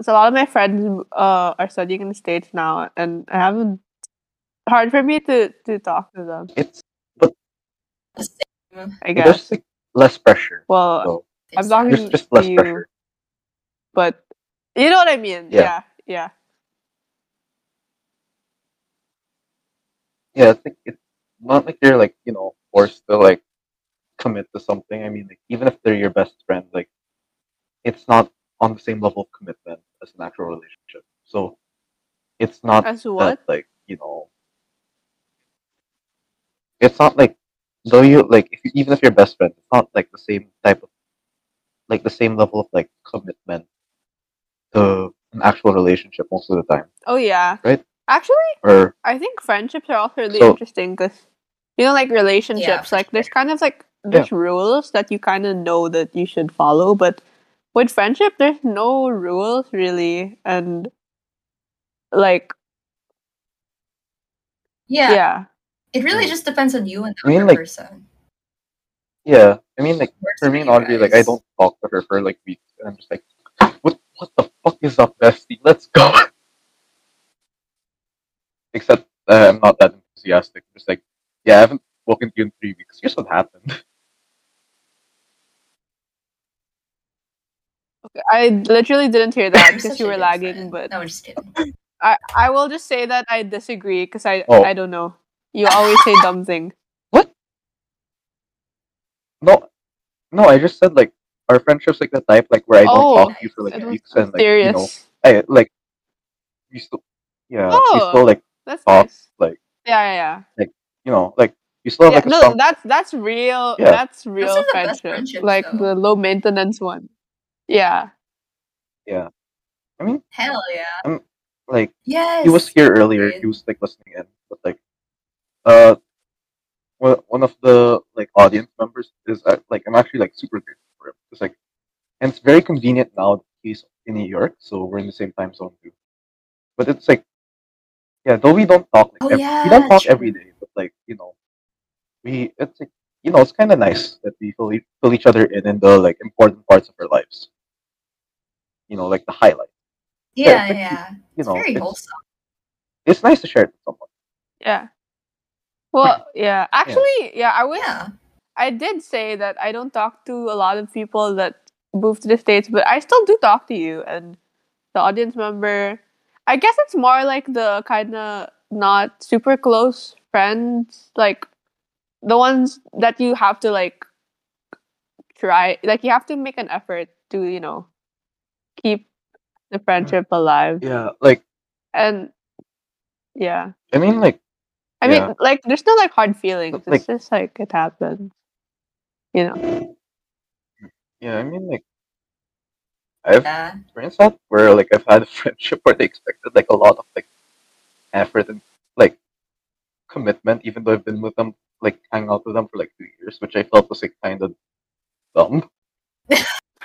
[SPEAKER 2] so a lot of my friends uh are studying in the states now, and I haven't hard for me to to talk to them.
[SPEAKER 1] It's
[SPEAKER 2] I
[SPEAKER 1] there's
[SPEAKER 2] guess.
[SPEAKER 1] like less pressure.
[SPEAKER 2] Well,
[SPEAKER 1] So
[SPEAKER 2] I'm talking
[SPEAKER 1] there's just less
[SPEAKER 2] to you.
[SPEAKER 1] pressure.
[SPEAKER 2] but you know what I mean.
[SPEAKER 1] Yeah.
[SPEAKER 2] Yeah, yeah.
[SPEAKER 1] Yeah, it's like it's not like you're like you know forced to like commit to something. I mean, like even if they're your best friend, like it's not on the same level of commitment as an actual relationship. So it's not
[SPEAKER 2] As
[SPEAKER 1] that
[SPEAKER 2] what?
[SPEAKER 1] like you know it's not like though you like if, even if you're best friends it's not like the same type of like the same level of like commitment to an actual relationship most of the time
[SPEAKER 2] Oh yeah.
[SPEAKER 1] Right?
[SPEAKER 2] Actually,
[SPEAKER 1] or
[SPEAKER 2] I think friendships are also really
[SPEAKER 1] So-
[SPEAKER 2] interesting because you know, like relationships, like there's kind of like there's rules that you kind of know that you should follow, but with friendship, there's no rules really, and like
[SPEAKER 3] Yeah.
[SPEAKER 2] yeah,
[SPEAKER 3] It really
[SPEAKER 1] Mm.
[SPEAKER 3] just depends on you and the
[SPEAKER 1] I mean,
[SPEAKER 3] other
[SPEAKER 1] like,
[SPEAKER 3] person.
[SPEAKER 1] yeah i mean like
[SPEAKER 3] Works
[SPEAKER 1] for
[SPEAKER 3] for
[SPEAKER 1] me and
[SPEAKER 3] you
[SPEAKER 1] audrey like i
[SPEAKER 3] guys.
[SPEAKER 1] don't talk to her for like weeks and i'm just like what what the fuck is up bestie let's go except uh, i'm not that enthusiastic I'm just like yeah i haven't spoken to you in three weeks here's what happened
[SPEAKER 2] I literally didn't hear that
[SPEAKER 3] You're
[SPEAKER 2] because
[SPEAKER 3] such
[SPEAKER 2] you
[SPEAKER 3] a
[SPEAKER 2] were
[SPEAKER 3] good
[SPEAKER 2] lagging,
[SPEAKER 3] friend.
[SPEAKER 2] but
[SPEAKER 3] no, I'm just kidding.
[SPEAKER 2] I I will just say that I disagree because I
[SPEAKER 1] Oh.
[SPEAKER 2] I don't know. You always say dumb things.
[SPEAKER 1] no no i just said like our friendship's like the type like where i don't
[SPEAKER 2] Oh,
[SPEAKER 1] talk to you for like
[SPEAKER 2] It was
[SPEAKER 1] weeks and like
[SPEAKER 2] serious.
[SPEAKER 1] you know I like we still yeah we
[SPEAKER 2] Oh.
[SPEAKER 1] still like
[SPEAKER 2] That's
[SPEAKER 1] talk,
[SPEAKER 2] nice.
[SPEAKER 1] like-
[SPEAKER 2] yeah, yeah, yeah.
[SPEAKER 1] you know like you still have
[SPEAKER 2] Yeah,
[SPEAKER 1] like a
[SPEAKER 2] no,
[SPEAKER 1] strong
[SPEAKER 2] that's that's real.
[SPEAKER 1] Yeah.
[SPEAKER 2] That's real
[SPEAKER 3] are the best
[SPEAKER 2] friendship,
[SPEAKER 3] friendships,
[SPEAKER 2] like the
[SPEAKER 3] though.
[SPEAKER 2] low maintenance one. Yeah,
[SPEAKER 1] yeah I mean
[SPEAKER 3] Hell yeah.
[SPEAKER 1] like
[SPEAKER 3] Yes.
[SPEAKER 1] he was here earlier
[SPEAKER 3] Right.
[SPEAKER 1] he was like listening in but like uh one one of the like audience members is uh, like I'm actually like super grateful for him it's like and it's very convenient now that he's in New York so we're in the same time zone too but it's like yeah though we don't talk like
[SPEAKER 3] Oh,
[SPEAKER 1] ev- we
[SPEAKER 3] yeah,
[SPEAKER 1] don't talk
[SPEAKER 3] true.
[SPEAKER 1] every day but like you know we it's like you know it's kind of nice that we fill, e- fill each other in in the like important parts of our lives you know like the highlight
[SPEAKER 3] Yeah,
[SPEAKER 1] Yeah,
[SPEAKER 3] yeah.
[SPEAKER 1] you
[SPEAKER 3] It's
[SPEAKER 1] know
[SPEAKER 3] very
[SPEAKER 1] it's,
[SPEAKER 3] wholesome.
[SPEAKER 1] it's nice to share it with someone
[SPEAKER 2] yeah. Well, yeah. Actually, yeah. I was.
[SPEAKER 3] Yeah.
[SPEAKER 2] I did say that I don't talk to a lot of people that move to the states, but I still do talk to you and the audience member. I guess it's more like the kind of not super close friends, like the ones that you have to like try, like you have to make an effort to, you know, keep the friendship alive.
[SPEAKER 1] yeah like
[SPEAKER 2] and yeah
[SPEAKER 1] I mean like
[SPEAKER 2] i
[SPEAKER 1] Yeah.
[SPEAKER 2] mean like there's no like hard feelings
[SPEAKER 1] Like-
[SPEAKER 2] it's just like it happens you know
[SPEAKER 1] yeah I mean like I've
[SPEAKER 3] Yeah.
[SPEAKER 1] experienced that where like I've had a friendship where they expected like a lot of like effort and like commitment even though I've been with them like hanging out with them for like two years which I felt was like kind of dumb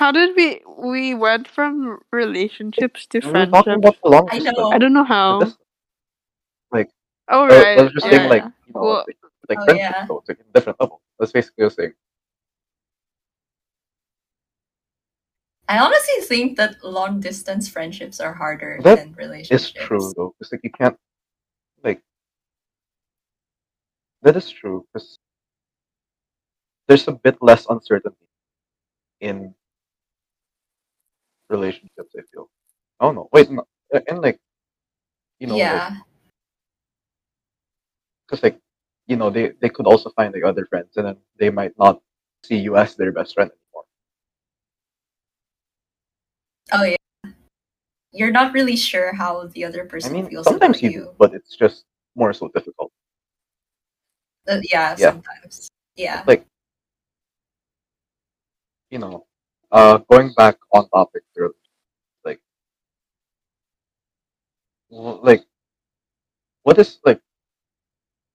[SPEAKER 2] how did we we went from relationships to
[SPEAKER 1] we were talking about the long
[SPEAKER 3] I
[SPEAKER 1] distance
[SPEAKER 3] know.
[SPEAKER 1] the
[SPEAKER 2] don't
[SPEAKER 1] distance.
[SPEAKER 2] oh
[SPEAKER 1] I, I was just
[SPEAKER 3] yeah,
[SPEAKER 1] saying, like, you know,
[SPEAKER 2] Well-
[SPEAKER 1] like, like
[SPEAKER 3] Oh,
[SPEAKER 1] friendship
[SPEAKER 3] yeah.
[SPEAKER 1] though, it's like a different level. That's basically what I was saying.
[SPEAKER 3] I honestly think that long distance friendships are harder
[SPEAKER 1] That
[SPEAKER 3] than relationships.
[SPEAKER 1] It's true though, because like you can't like that is true because there's a bit less uncertainty in relationships. I feel. I don't know. Wait, no, uh, and like you know,
[SPEAKER 3] yeah.
[SPEAKER 1] because like you know they they could also find like other friends, and then they might not see you as their best friend anymore.
[SPEAKER 3] Oh yeah. You're not really sure how the other person
[SPEAKER 1] I mean,
[SPEAKER 3] feels
[SPEAKER 1] sometimes
[SPEAKER 3] about
[SPEAKER 1] you,
[SPEAKER 3] you.
[SPEAKER 1] do, but it's just more so difficult.
[SPEAKER 3] Uh, yeah,
[SPEAKER 1] Yeah.
[SPEAKER 3] sometimes. Yeah.
[SPEAKER 1] Like you know, uh, going back on topic, really, like, w- like, what is like,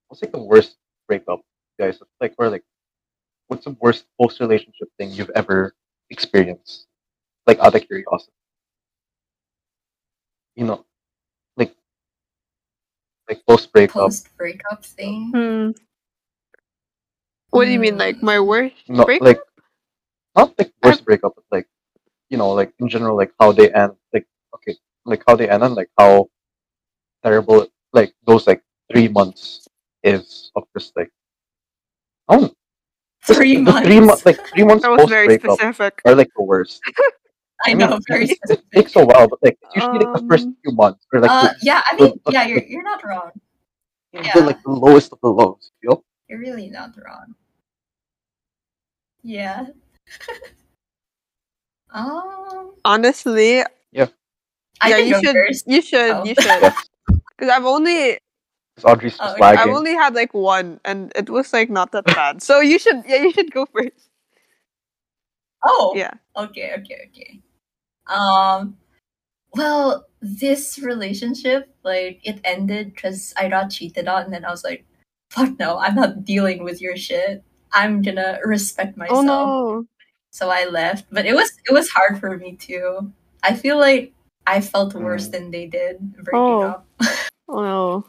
[SPEAKER 1] what's like the worst breakup, guys? Like, or like, what's the worst post relationship thing you've ever experienced? Like, out of curiosity, you know, like, like post breakup.
[SPEAKER 3] Post breakup thing.
[SPEAKER 2] Hmm. What do you mean, like my worst
[SPEAKER 1] no,
[SPEAKER 2] breakup?
[SPEAKER 1] like not like worst breakup, but like you know, like in general, like how they end, like okay, like how they end, and like how terrible, like those like three months is of just like I don't just
[SPEAKER 3] Three
[SPEAKER 1] the
[SPEAKER 3] months.
[SPEAKER 1] three months, like three months
[SPEAKER 2] that was
[SPEAKER 1] post
[SPEAKER 2] very
[SPEAKER 1] breakup
[SPEAKER 2] specific.
[SPEAKER 1] are like the worst.
[SPEAKER 3] I
[SPEAKER 1] mean,
[SPEAKER 3] know, very
[SPEAKER 1] it, it-
[SPEAKER 3] specific.
[SPEAKER 1] it takes a while, but like it's usually like the first
[SPEAKER 2] Um,
[SPEAKER 1] few months or like
[SPEAKER 3] uh,
[SPEAKER 1] the,
[SPEAKER 3] yeah, I
[SPEAKER 1] the-
[SPEAKER 3] mean,
[SPEAKER 1] the-
[SPEAKER 3] yeah, you're you're not wrong.
[SPEAKER 1] the,
[SPEAKER 3] yeah.
[SPEAKER 1] like the lowest of the lows. You know?
[SPEAKER 3] You're really not wrong. Yeah. um,
[SPEAKER 2] Honestly,
[SPEAKER 3] I
[SPEAKER 2] yeah,
[SPEAKER 3] can
[SPEAKER 2] you
[SPEAKER 3] go
[SPEAKER 2] should,
[SPEAKER 3] first.
[SPEAKER 2] you should,
[SPEAKER 3] Oh.
[SPEAKER 2] you should, because I've only,
[SPEAKER 1] 'Cause Audrey's
[SPEAKER 3] Oh,
[SPEAKER 1] just
[SPEAKER 3] okay.
[SPEAKER 2] I've
[SPEAKER 1] lagging.
[SPEAKER 2] only had like one, and it was like not that bad. So you should, yeah, you should go first.
[SPEAKER 3] Oh.
[SPEAKER 2] Yeah.
[SPEAKER 3] Okay. Okay. Okay. Um. Well, this relationship, like, it ended because I got cheated on, and then I was like, "Fuck no! I'm not dealing with your shit. I'm gonna respect myself."
[SPEAKER 2] Oh no.
[SPEAKER 3] so I left. But it was it was hard for me too. I feel like I felt worse
[SPEAKER 1] Mm.
[SPEAKER 3] than they did breaking
[SPEAKER 2] Oh.
[SPEAKER 3] up.
[SPEAKER 2] Oh no.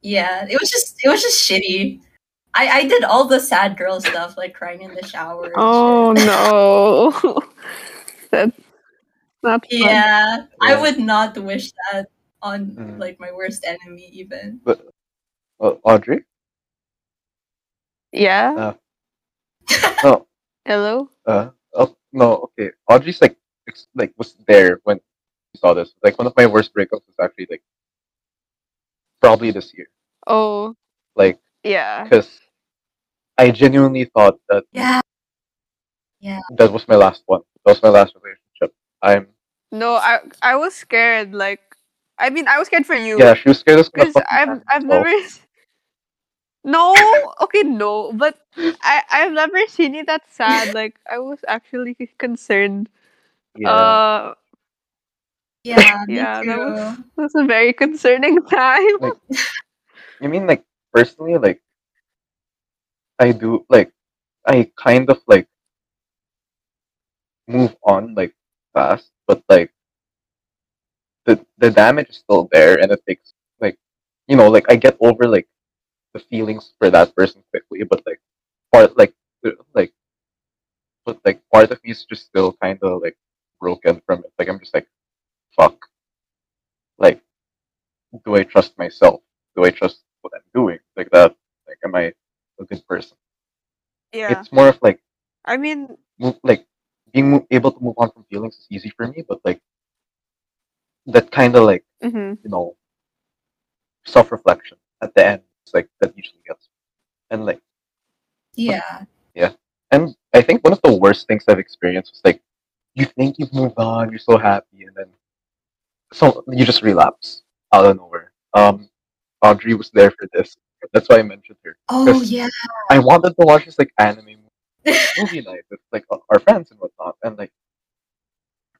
[SPEAKER 3] Yeah, it was just it was just shitty. I I did all the sad girl stuff like crying in the shower. And
[SPEAKER 2] Oh
[SPEAKER 3] shit.
[SPEAKER 2] no. That's not fun.
[SPEAKER 3] yeah,
[SPEAKER 1] Um,
[SPEAKER 3] I
[SPEAKER 1] Yeah.
[SPEAKER 3] would not wish that on
[SPEAKER 1] Mm.
[SPEAKER 3] like my worst enemy even.
[SPEAKER 1] Uh, Audrey,
[SPEAKER 2] Yeah.
[SPEAKER 1] no,
[SPEAKER 2] Hello.
[SPEAKER 1] Uh, oh, no, okay. Audrey's like, ex- like was there when we saw this. Like one of my worst breakups was actually like probably this year.
[SPEAKER 2] Oh
[SPEAKER 1] Like,
[SPEAKER 2] yeah.
[SPEAKER 1] cause I genuinely thought that
[SPEAKER 3] Yeah,
[SPEAKER 1] that was my last one. That was my last relationship. I'm
[SPEAKER 2] No, I I was scared. Like, I mean, I was scared for you.
[SPEAKER 1] yeah. She was scared as
[SPEAKER 2] Because I've I've never. No, okay, no, but I I've never seen you that sad. Like I was actually concerned.
[SPEAKER 1] Yeah.
[SPEAKER 2] Uh,
[SPEAKER 3] yeah, me
[SPEAKER 2] yeah, that was
[SPEAKER 3] too.
[SPEAKER 2] that was a very concerning time.
[SPEAKER 1] Like- I mean, like personally, like I do, like I kind of like move on like fast, but like the the damage is still there, and it takes like you know, like I get over like the feelings for that person quickly, but like part like the- like but like part of me is just still kind of like broken from it. Like I'm just like fuck. Like do I trust myself? Do I trust what I'm doing? Like that. Like am I a good person?
[SPEAKER 2] Yeah,
[SPEAKER 1] It's more of like
[SPEAKER 2] I mean,
[SPEAKER 1] move, like being mo- able to move on from feelings is easy for me, but like that kind of like
[SPEAKER 2] hmm
[SPEAKER 1] you know self reflection at the end. It's like that usually gets me. and like.
[SPEAKER 3] Yeah,
[SPEAKER 1] and I think one of the worst things I've experienced was like you think you've moved on, you're so happy, and then so you just relapse out of nowhere. Um, Audrey was there for this. That's why I mentioned her.
[SPEAKER 3] oh
[SPEAKER 1] Because
[SPEAKER 3] yeah,
[SPEAKER 1] I wanted to watch this like anime movie night with like o- our friends and whatnot, and like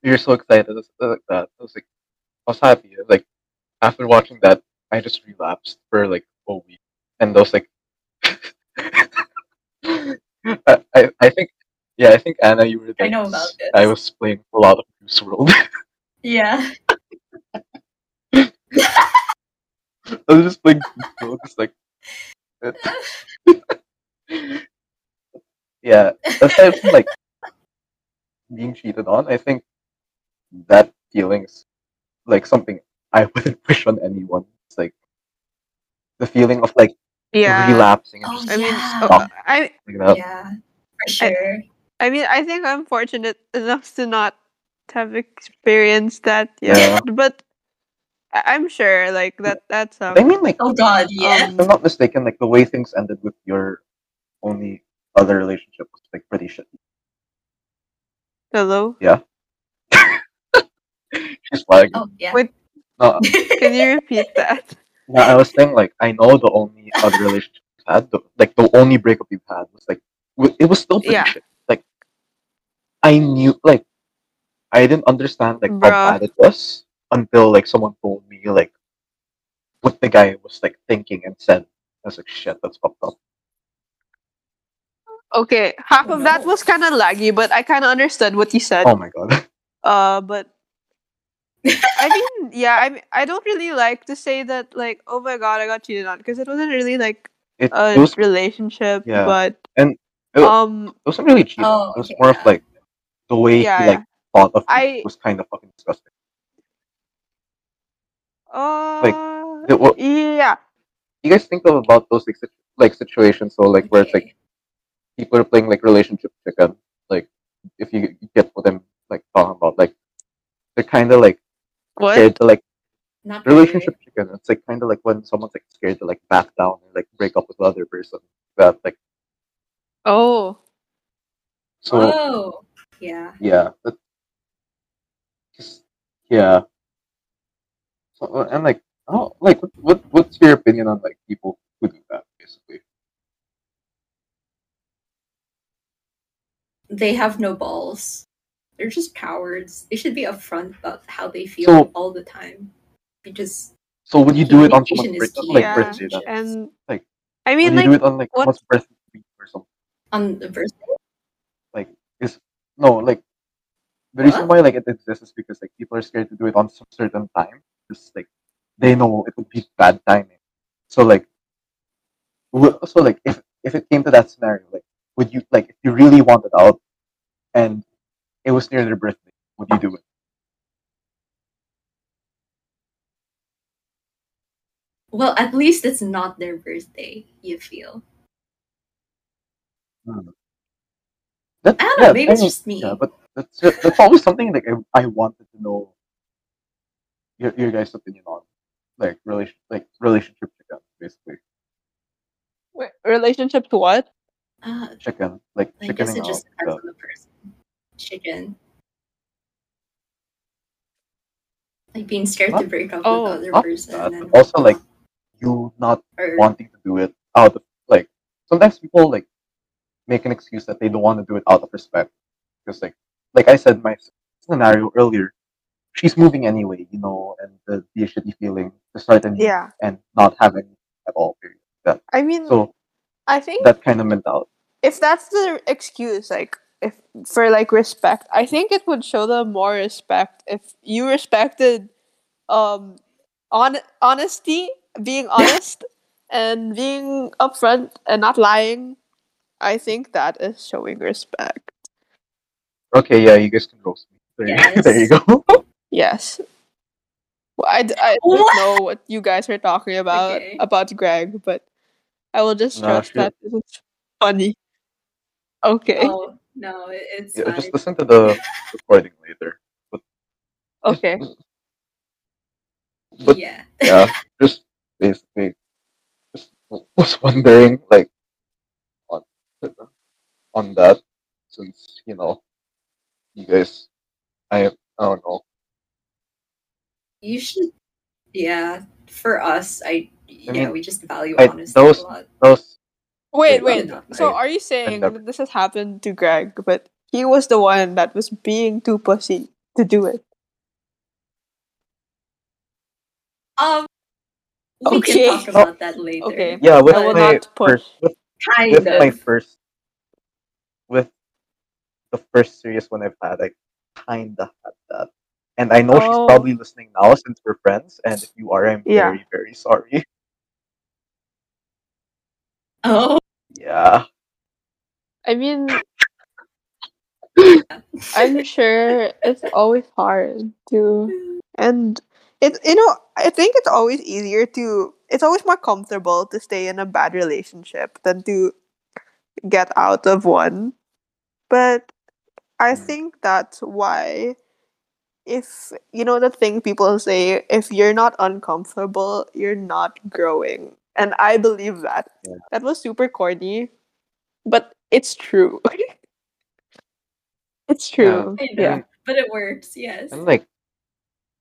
[SPEAKER 1] we were so excited and stuff like that. I was like, I was happy. And, Like after watching that, I just relapsed for like a week, and I was like, I, I I think yeah, I think Anna, you were there.
[SPEAKER 3] know
[SPEAKER 1] 'cause
[SPEAKER 3] about this.
[SPEAKER 1] I was playing a lot of Goose World.
[SPEAKER 3] yeah,
[SPEAKER 1] I was just playing Goose World. It's like yeah. Aside from like being cheated on, I think that feeling's like something I wouldn't wish on anyone. It's like the feeling of like
[SPEAKER 2] Yeah.
[SPEAKER 1] relapsing and
[SPEAKER 3] Oh,
[SPEAKER 1] just
[SPEAKER 2] I mean,
[SPEAKER 3] Yeah.
[SPEAKER 2] uh, I
[SPEAKER 1] picking up.
[SPEAKER 3] Yeah, for sure.
[SPEAKER 2] I mean, I think I'm fortunate enough to not have experienced that yet.
[SPEAKER 1] Yeah.
[SPEAKER 2] But I- I'm sure, like that. That's um.
[SPEAKER 1] I mean, like
[SPEAKER 3] oh God, yeah.
[SPEAKER 1] if I'm not mistaken, like the way things ended with your only other relationship was like pretty shitty.
[SPEAKER 2] hello.
[SPEAKER 1] She's like,
[SPEAKER 3] oh yeah.
[SPEAKER 2] Wait.
[SPEAKER 1] no,
[SPEAKER 2] Can you repeat that?
[SPEAKER 1] no, I was saying like I know the only other relationship you've had, the, like the only breakup you've had was like w- it was still pretty
[SPEAKER 2] Yeah.
[SPEAKER 1] shitty. Like I knew, like I didn't understand like
[SPEAKER 2] Bruh.
[SPEAKER 1] how bad it was until like someone told me like what the guy was like thinking and said. I was like, shit, that's fucked up.
[SPEAKER 2] Okay, half
[SPEAKER 3] Oh,
[SPEAKER 2] of that
[SPEAKER 3] no.
[SPEAKER 2] was kind of laggy, but I kind of understood what you said.
[SPEAKER 1] Oh my god.
[SPEAKER 2] Uh, but I mean, yeah, I mean, I don't really like to say that, like, oh my god, I got cheated on, because it wasn't really like
[SPEAKER 1] It,
[SPEAKER 2] a
[SPEAKER 1] it was it
[SPEAKER 2] relationship,
[SPEAKER 1] Yeah.
[SPEAKER 2] but
[SPEAKER 1] And- oh,
[SPEAKER 2] um,
[SPEAKER 1] wasn't really cheating.
[SPEAKER 3] Oh,
[SPEAKER 1] it was
[SPEAKER 3] okay,
[SPEAKER 1] more
[SPEAKER 3] yeah.
[SPEAKER 1] of like the way
[SPEAKER 2] Yeah,
[SPEAKER 1] he like thought of
[SPEAKER 2] I-
[SPEAKER 1] it was kind of fucking disgusting.
[SPEAKER 2] uh,
[SPEAKER 1] Th- what-
[SPEAKER 2] yeah,
[SPEAKER 1] you guys think of about those like, situ- like situations so like where it's like
[SPEAKER 3] Okay.
[SPEAKER 1] people are playing like relationship chicken like if you you get what i'm like talking about like they're kind of like
[SPEAKER 2] what?
[SPEAKER 1] scared to like
[SPEAKER 3] Not very-
[SPEAKER 1] relationship chicken it's like kind of like when someone's like scared to like back down and like break up with the other person that like
[SPEAKER 2] Oh,
[SPEAKER 1] so
[SPEAKER 3] Oh yeah.
[SPEAKER 1] yeah that, just yeah so, and like oh like what, what what's your opinion on like people who do that basically
[SPEAKER 3] They have no balls. They're just cowards. They should be upfront about how they feel
[SPEAKER 1] So-
[SPEAKER 3] all the time. Because
[SPEAKER 1] so would you do it on someone's
[SPEAKER 3] Communication is
[SPEAKER 1] birthday
[SPEAKER 3] key.
[SPEAKER 1] like
[SPEAKER 2] Yeah.
[SPEAKER 1] birthday then?
[SPEAKER 2] and
[SPEAKER 1] Like,
[SPEAKER 2] I mean,
[SPEAKER 1] would
[SPEAKER 2] like,
[SPEAKER 1] you do it on like
[SPEAKER 2] what-
[SPEAKER 1] someone's birthday week or something
[SPEAKER 3] on the birthday,
[SPEAKER 1] no, like the reason
[SPEAKER 3] What?
[SPEAKER 1] why like it exists is because like people are scared to do it on some certain time. Just like they know it would be bad timing. So like, w- so like if if it came to that scenario, like would you like if you really wanted out, and it was near their birthday, would you do it?
[SPEAKER 3] well, at least it's not their birthday. You feel.
[SPEAKER 1] That,
[SPEAKER 3] I don't know. maybe it's
[SPEAKER 1] I-
[SPEAKER 3] just me.
[SPEAKER 1] yeah, but that's that's always something like I, I wanted to know your your guys' opinion on like relation like relationship chicken basically
[SPEAKER 2] wait, relationship to what?
[SPEAKER 3] uh,
[SPEAKER 1] chicken like
[SPEAKER 3] I guess
[SPEAKER 1] chickening
[SPEAKER 3] it just
[SPEAKER 1] out.
[SPEAKER 3] depends
[SPEAKER 1] uh,
[SPEAKER 3] on the person. Chicken. Like being scared to
[SPEAKER 1] Huh?
[SPEAKER 3] break up
[SPEAKER 2] Oh,
[SPEAKER 3] with the other
[SPEAKER 1] not
[SPEAKER 3] person.
[SPEAKER 1] that,
[SPEAKER 3] and
[SPEAKER 1] but also, like, you not
[SPEAKER 3] or,
[SPEAKER 1] wanting to do it out of like sometimes people like make an excuse that they don't want to do it out of respect because like like I said my scenario earlier she's moving anyway you know and the, the shitty feeling to start and
[SPEAKER 2] Yeah,
[SPEAKER 1] and not have any at all period
[SPEAKER 2] I mean,
[SPEAKER 1] so
[SPEAKER 2] I think
[SPEAKER 1] that kind of mentality
[SPEAKER 2] if that's the excuse like if for like respect i think it would show them more respect if you respected um on honesty being honest and being upfront and not lying i think that is showing respect
[SPEAKER 1] okay yeah you guys can roast me there, you
[SPEAKER 3] Yes.
[SPEAKER 1] there you go
[SPEAKER 2] yes well, I, d- I don't
[SPEAKER 3] What?
[SPEAKER 2] know what you guys are talking about
[SPEAKER 3] Okay.
[SPEAKER 2] about greg but i will just
[SPEAKER 1] No,
[SPEAKER 2] trust
[SPEAKER 1] sure.
[SPEAKER 2] that it's funny okay
[SPEAKER 3] Oh no, it, it's
[SPEAKER 1] yeah,
[SPEAKER 3] fine.
[SPEAKER 1] just listen to the recording later
[SPEAKER 2] okay
[SPEAKER 1] but-
[SPEAKER 3] yeah.
[SPEAKER 1] yeah just basically just was wondering like on on that since you know you guys i i don't know
[SPEAKER 3] You should. Yeah. For us, I yeah,
[SPEAKER 1] mean,
[SPEAKER 3] we just value
[SPEAKER 1] I-
[SPEAKER 3] honesty
[SPEAKER 1] those-
[SPEAKER 3] a lot.
[SPEAKER 1] those
[SPEAKER 2] Wait,
[SPEAKER 1] Wait,
[SPEAKER 2] wait.
[SPEAKER 3] I'm not-
[SPEAKER 2] So
[SPEAKER 1] I-
[SPEAKER 2] are you saying
[SPEAKER 1] never-
[SPEAKER 2] that this has happened to Greg, but he was the one that was being too pussy to do it?
[SPEAKER 3] Um, we
[SPEAKER 2] Okay.
[SPEAKER 3] can talk about that later.
[SPEAKER 2] Okay.
[SPEAKER 1] yeah with
[SPEAKER 2] I will
[SPEAKER 1] my
[SPEAKER 2] not push.
[SPEAKER 1] first with,
[SPEAKER 3] Kind
[SPEAKER 1] with
[SPEAKER 3] of.
[SPEAKER 1] my first with the first serious one i've had i kinda had that and i know she's
[SPEAKER 2] Oh.
[SPEAKER 1] probably listening now since we're friends and if you are i'm
[SPEAKER 2] Yeah.
[SPEAKER 1] very very sorry
[SPEAKER 3] Oh.
[SPEAKER 1] yeah
[SPEAKER 2] I mean, I'm sure it's always hard to and it you know, I think it's always easier to it's always more comfortable to stay in a bad relationship than to get out of one. But I
[SPEAKER 1] Mm.
[SPEAKER 2] think that's why if you know the thing people say, if you're not uncomfortable, you're not growing. And I believe that.
[SPEAKER 1] Yeah.
[SPEAKER 2] That was super corny, but it's true. it's true.
[SPEAKER 3] I know,
[SPEAKER 2] Yeah.
[SPEAKER 3] but it works. Yes.
[SPEAKER 1] And like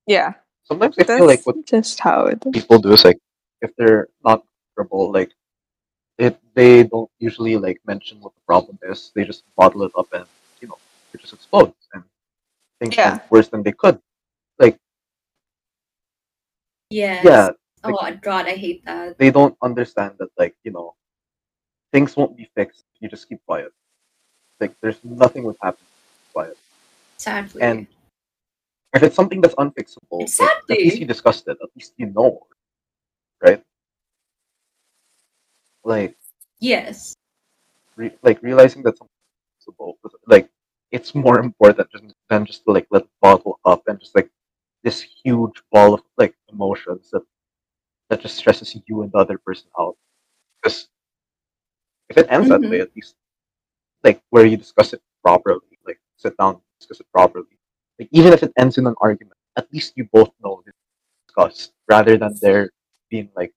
[SPEAKER 2] Yeah.
[SPEAKER 1] sometimes I
[SPEAKER 2] That's
[SPEAKER 1] feel like what
[SPEAKER 2] just how it
[SPEAKER 1] people do is like if they're not comfortable, like it they don't usually like mention what the problem is. They just bottle it up and you know it just explodes and things
[SPEAKER 2] Yeah.
[SPEAKER 1] end worse than they could. Like
[SPEAKER 3] Yes.
[SPEAKER 1] yeah,
[SPEAKER 3] Oh God, I hate that.
[SPEAKER 1] they don't understand that like you know things won't be fixed. if You just keep quiet. Like there's nothing would happen. if you keep Quiet.
[SPEAKER 3] Sadly.
[SPEAKER 1] And if it's something that's unfixable, like, at least
[SPEAKER 3] Exactly.
[SPEAKER 1] you discussed it. At least you know, right? Like
[SPEAKER 3] yes.
[SPEAKER 1] re- like realizing that something is possible, like it's more important just, than just to like let it bottle up and just like this huge ball of like emotions that that just stresses you and the other person out. Because if it ends that way, at least like where you discuss it properly, like sit down and discuss it properly. Like even if it ends in an argument, at least you both know this discussed rather than there being like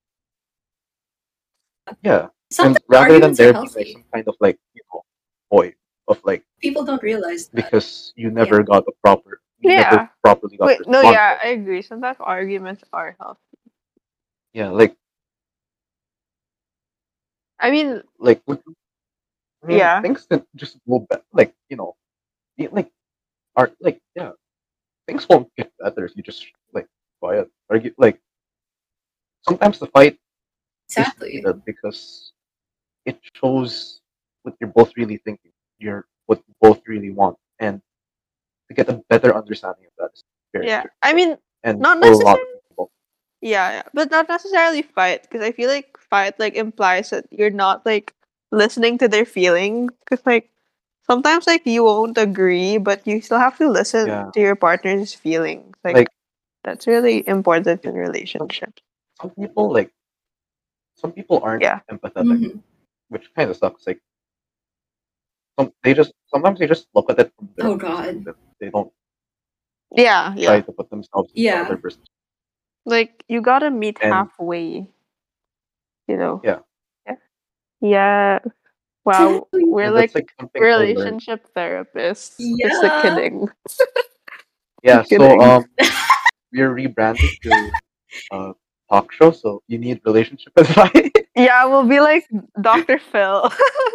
[SPEAKER 1] yeah.
[SPEAKER 3] Sometimes
[SPEAKER 1] and rather than
[SPEAKER 3] arguments
[SPEAKER 1] there
[SPEAKER 3] are
[SPEAKER 1] being like
[SPEAKER 3] healthy.
[SPEAKER 1] some kind of like, you know, void of like
[SPEAKER 3] People don't realize that.
[SPEAKER 1] because you never got the proper you
[SPEAKER 2] Yeah.
[SPEAKER 1] never properly got
[SPEAKER 2] Wait,
[SPEAKER 1] the
[SPEAKER 2] no,
[SPEAKER 1] response.
[SPEAKER 2] yeah, I agree. Sometimes arguments are healthy.
[SPEAKER 1] yeah like
[SPEAKER 2] I mean,
[SPEAKER 1] like with, I mean,
[SPEAKER 2] Yeah.
[SPEAKER 1] things that just go back like you know y- like are like yeah things won't get better if you just like quiet argue like sometimes the fight is
[SPEAKER 3] Exactly.
[SPEAKER 1] needed because it shows what you're both really thinking you're what you both really want and to get a better understanding of that is very
[SPEAKER 2] yeah.
[SPEAKER 1] clear.
[SPEAKER 2] I mean,
[SPEAKER 1] and
[SPEAKER 2] not
[SPEAKER 1] for a lot of
[SPEAKER 2] necessarily-
[SPEAKER 1] people
[SPEAKER 2] yeah, yeah. but not necessarily fight because I feel like fight like implies that you're not like listening to their feelings because like sometimes like you won't agree, but you still have to listen
[SPEAKER 1] Yeah.
[SPEAKER 2] to your partner's feelings. Like,
[SPEAKER 1] Like-
[SPEAKER 2] that's really important in relationships.
[SPEAKER 1] some people like some people aren't
[SPEAKER 2] Yeah.
[SPEAKER 1] empathetic
[SPEAKER 3] Mhm.
[SPEAKER 1] which kind of sucks. Like, some they just sometimes they just look at it from their
[SPEAKER 3] Oh,
[SPEAKER 1] own
[SPEAKER 3] God.
[SPEAKER 1] perspective. They don't
[SPEAKER 2] Yeah, yeah.
[SPEAKER 1] try to put themselves in
[SPEAKER 3] Yeah.
[SPEAKER 1] the other person.
[SPEAKER 2] Like you gotta meet
[SPEAKER 1] And-
[SPEAKER 2] halfway. You know.
[SPEAKER 1] Yeah.
[SPEAKER 2] Yeah. Yeah. Wow,
[SPEAKER 3] Exactly.
[SPEAKER 2] we're
[SPEAKER 1] And
[SPEAKER 2] like
[SPEAKER 1] that's, something I learned.
[SPEAKER 2] relationship therapists. Just
[SPEAKER 3] Yeah.
[SPEAKER 2] a kidding.
[SPEAKER 1] Yeah. So
[SPEAKER 2] kidding.
[SPEAKER 1] um, we're rebranded to uh talk show. So if you need relationship advice.
[SPEAKER 2] Yeah, we'll be like Dr. Phil.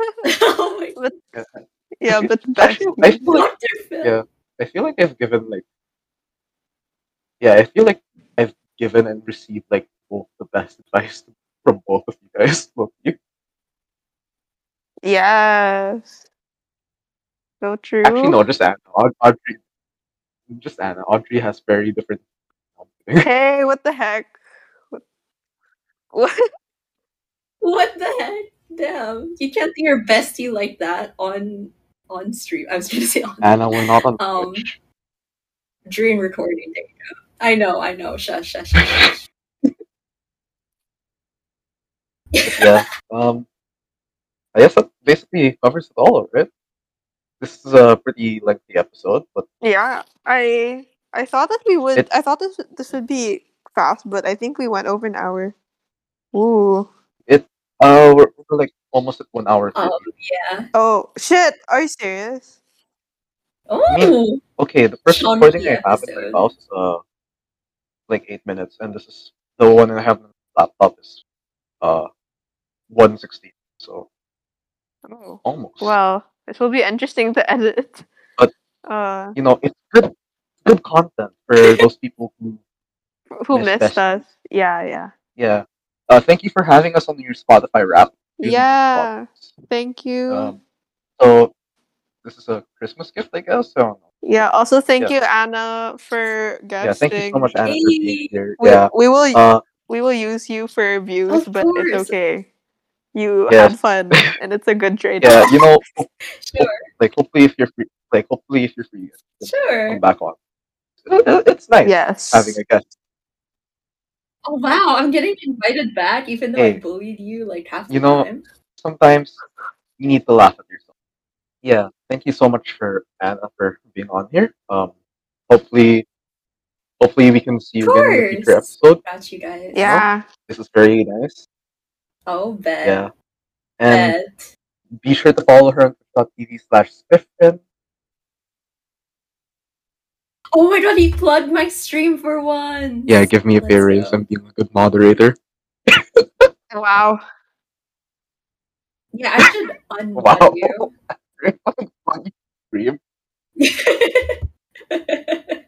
[SPEAKER 3] oh my
[SPEAKER 2] yeah,
[SPEAKER 1] Actually-
[SPEAKER 2] but best.
[SPEAKER 1] Actually, I feel like
[SPEAKER 3] Dr. Phil.
[SPEAKER 1] Yeah. I feel like I've given like. Yeah, I feel like I've given and received like both the best advice from both of you guys. Both of you.
[SPEAKER 2] Yes. So true.
[SPEAKER 1] Actually, no, just Anna. Aud- Audrey, just Anna. Audrey has very different. um,
[SPEAKER 2] Hey, what the heck? What? what?
[SPEAKER 3] What the heck? Damn. You can't be your bestie like that on on stream. I was gonna say on
[SPEAKER 1] Anna, we're not on
[SPEAKER 3] Um,
[SPEAKER 1] Twitch.
[SPEAKER 3] during recording. There you go. I know, I know. Shush, shush, shush. shush.
[SPEAKER 1] But yeah. Um, I guess that basically covers it all, right? This is a pretty lengthy episode, but
[SPEAKER 2] Yeah, I I thought that we would.
[SPEAKER 1] It-
[SPEAKER 2] I thought this this would be fast, but I think we went over an hour. Ooh.
[SPEAKER 1] uh, we're, we're like almost at one hour.
[SPEAKER 3] Um,
[SPEAKER 1] 30.
[SPEAKER 3] yeah.
[SPEAKER 2] Oh shit! Are you serious?
[SPEAKER 3] Oh,
[SPEAKER 1] okay, the first
[SPEAKER 3] Chunky
[SPEAKER 1] recording I have in my
[SPEAKER 3] episode.
[SPEAKER 1] house is uh, like eight minutes, and this is the one I have on my laptop is uh, one sixteen. So
[SPEAKER 2] Oh.
[SPEAKER 1] almost.
[SPEAKER 2] Well, this will be interesting to edit.
[SPEAKER 1] But-
[SPEAKER 2] uh,
[SPEAKER 1] You know, it's good, good content for those people who
[SPEAKER 2] who
[SPEAKER 1] Miss
[SPEAKER 2] missed
[SPEAKER 1] Bestie.
[SPEAKER 2] us? Yeah, yeah,
[SPEAKER 1] Yeah. Uh, thank you for having us on your Spotify wrap. Really good
[SPEAKER 2] yeah.
[SPEAKER 1] podcast.
[SPEAKER 2] Thank you.
[SPEAKER 1] Um, so this is a Christmas gift, I guess. I don't know.
[SPEAKER 2] yeah. Also, thank
[SPEAKER 1] yeah.
[SPEAKER 2] you, Anna, for guesting.
[SPEAKER 1] Yeah, thank you so much, Anna, for being here.
[SPEAKER 2] We,
[SPEAKER 1] yeah.
[SPEAKER 2] we will
[SPEAKER 1] Uh,
[SPEAKER 2] we will use you for views,
[SPEAKER 3] Of
[SPEAKER 2] but it's
[SPEAKER 3] course.
[SPEAKER 2] okay. You
[SPEAKER 1] Yes.
[SPEAKER 2] had fun, and it's a good trade.
[SPEAKER 1] yeah, you know,
[SPEAKER 3] sure.
[SPEAKER 1] like hopefully if you're free, Like, hopefully, if you're free,
[SPEAKER 3] Sure.
[SPEAKER 1] come back on. It- it- It's nice
[SPEAKER 4] Yes.
[SPEAKER 1] having a guest.
[SPEAKER 3] Oh wow, I'm getting invited back even though I
[SPEAKER 1] Hey.
[SPEAKER 3] bullied you like half the
[SPEAKER 1] You know-
[SPEAKER 3] time.
[SPEAKER 1] Sometimes you need to laugh at yourself. Yeah. Thank you so much for Anna for being on here. Um, hopefully, hopefully we can see you again in a future
[SPEAKER 3] Course.
[SPEAKER 1] episode.
[SPEAKER 3] Got you guys.
[SPEAKER 4] yeah.
[SPEAKER 1] This is very nice.
[SPEAKER 3] Oh bet.
[SPEAKER 1] Yeah. And
[SPEAKER 3] Bet.
[SPEAKER 1] be sure to follow her on twitch.tv slash spiffin.
[SPEAKER 3] Oh my god, he plugged my stream for once.
[SPEAKER 1] Yeah, give me a pay
[SPEAKER 3] Let's
[SPEAKER 1] raise.
[SPEAKER 3] go.
[SPEAKER 1] I'm being a good moderator.
[SPEAKER 4] Wow.
[SPEAKER 3] Yeah, I should unplug
[SPEAKER 1] Wow.
[SPEAKER 3] you.
[SPEAKER 1] Dream.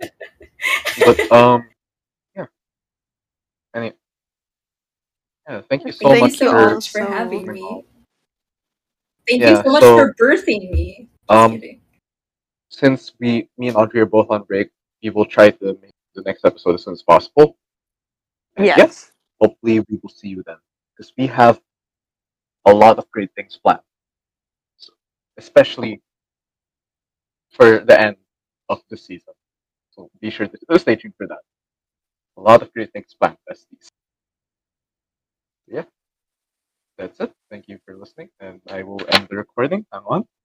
[SPEAKER 1] But um, yeah. Anyway, yeah. Thank you so
[SPEAKER 3] Thank
[SPEAKER 1] much
[SPEAKER 3] you so
[SPEAKER 1] for
[SPEAKER 3] much for
[SPEAKER 2] so
[SPEAKER 3] having
[SPEAKER 1] much.
[SPEAKER 3] me. Thank you
[SPEAKER 1] Yeah,
[SPEAKER 3] so much
[SPEAKER 1] so-
[SPEAKER 3] for birthing me. Just
[SPEAKER 1] um.
[SPEAKER 3] kidding.
[SPEAKER 1] Since we, me and Audrey are both on break, we will try to make the next episode as soon as possible. And
[SPEAKER 4] Yes.
[SPEAKER 1] yeah, hopefully we will see you then, because we have a lot of great things planned, so, especially for the end of the season. So be sure to stay tuned for that. A lot of great things planned, besties. Yeah, that's it. Thank you for listening, and I will end the recording. I'm on.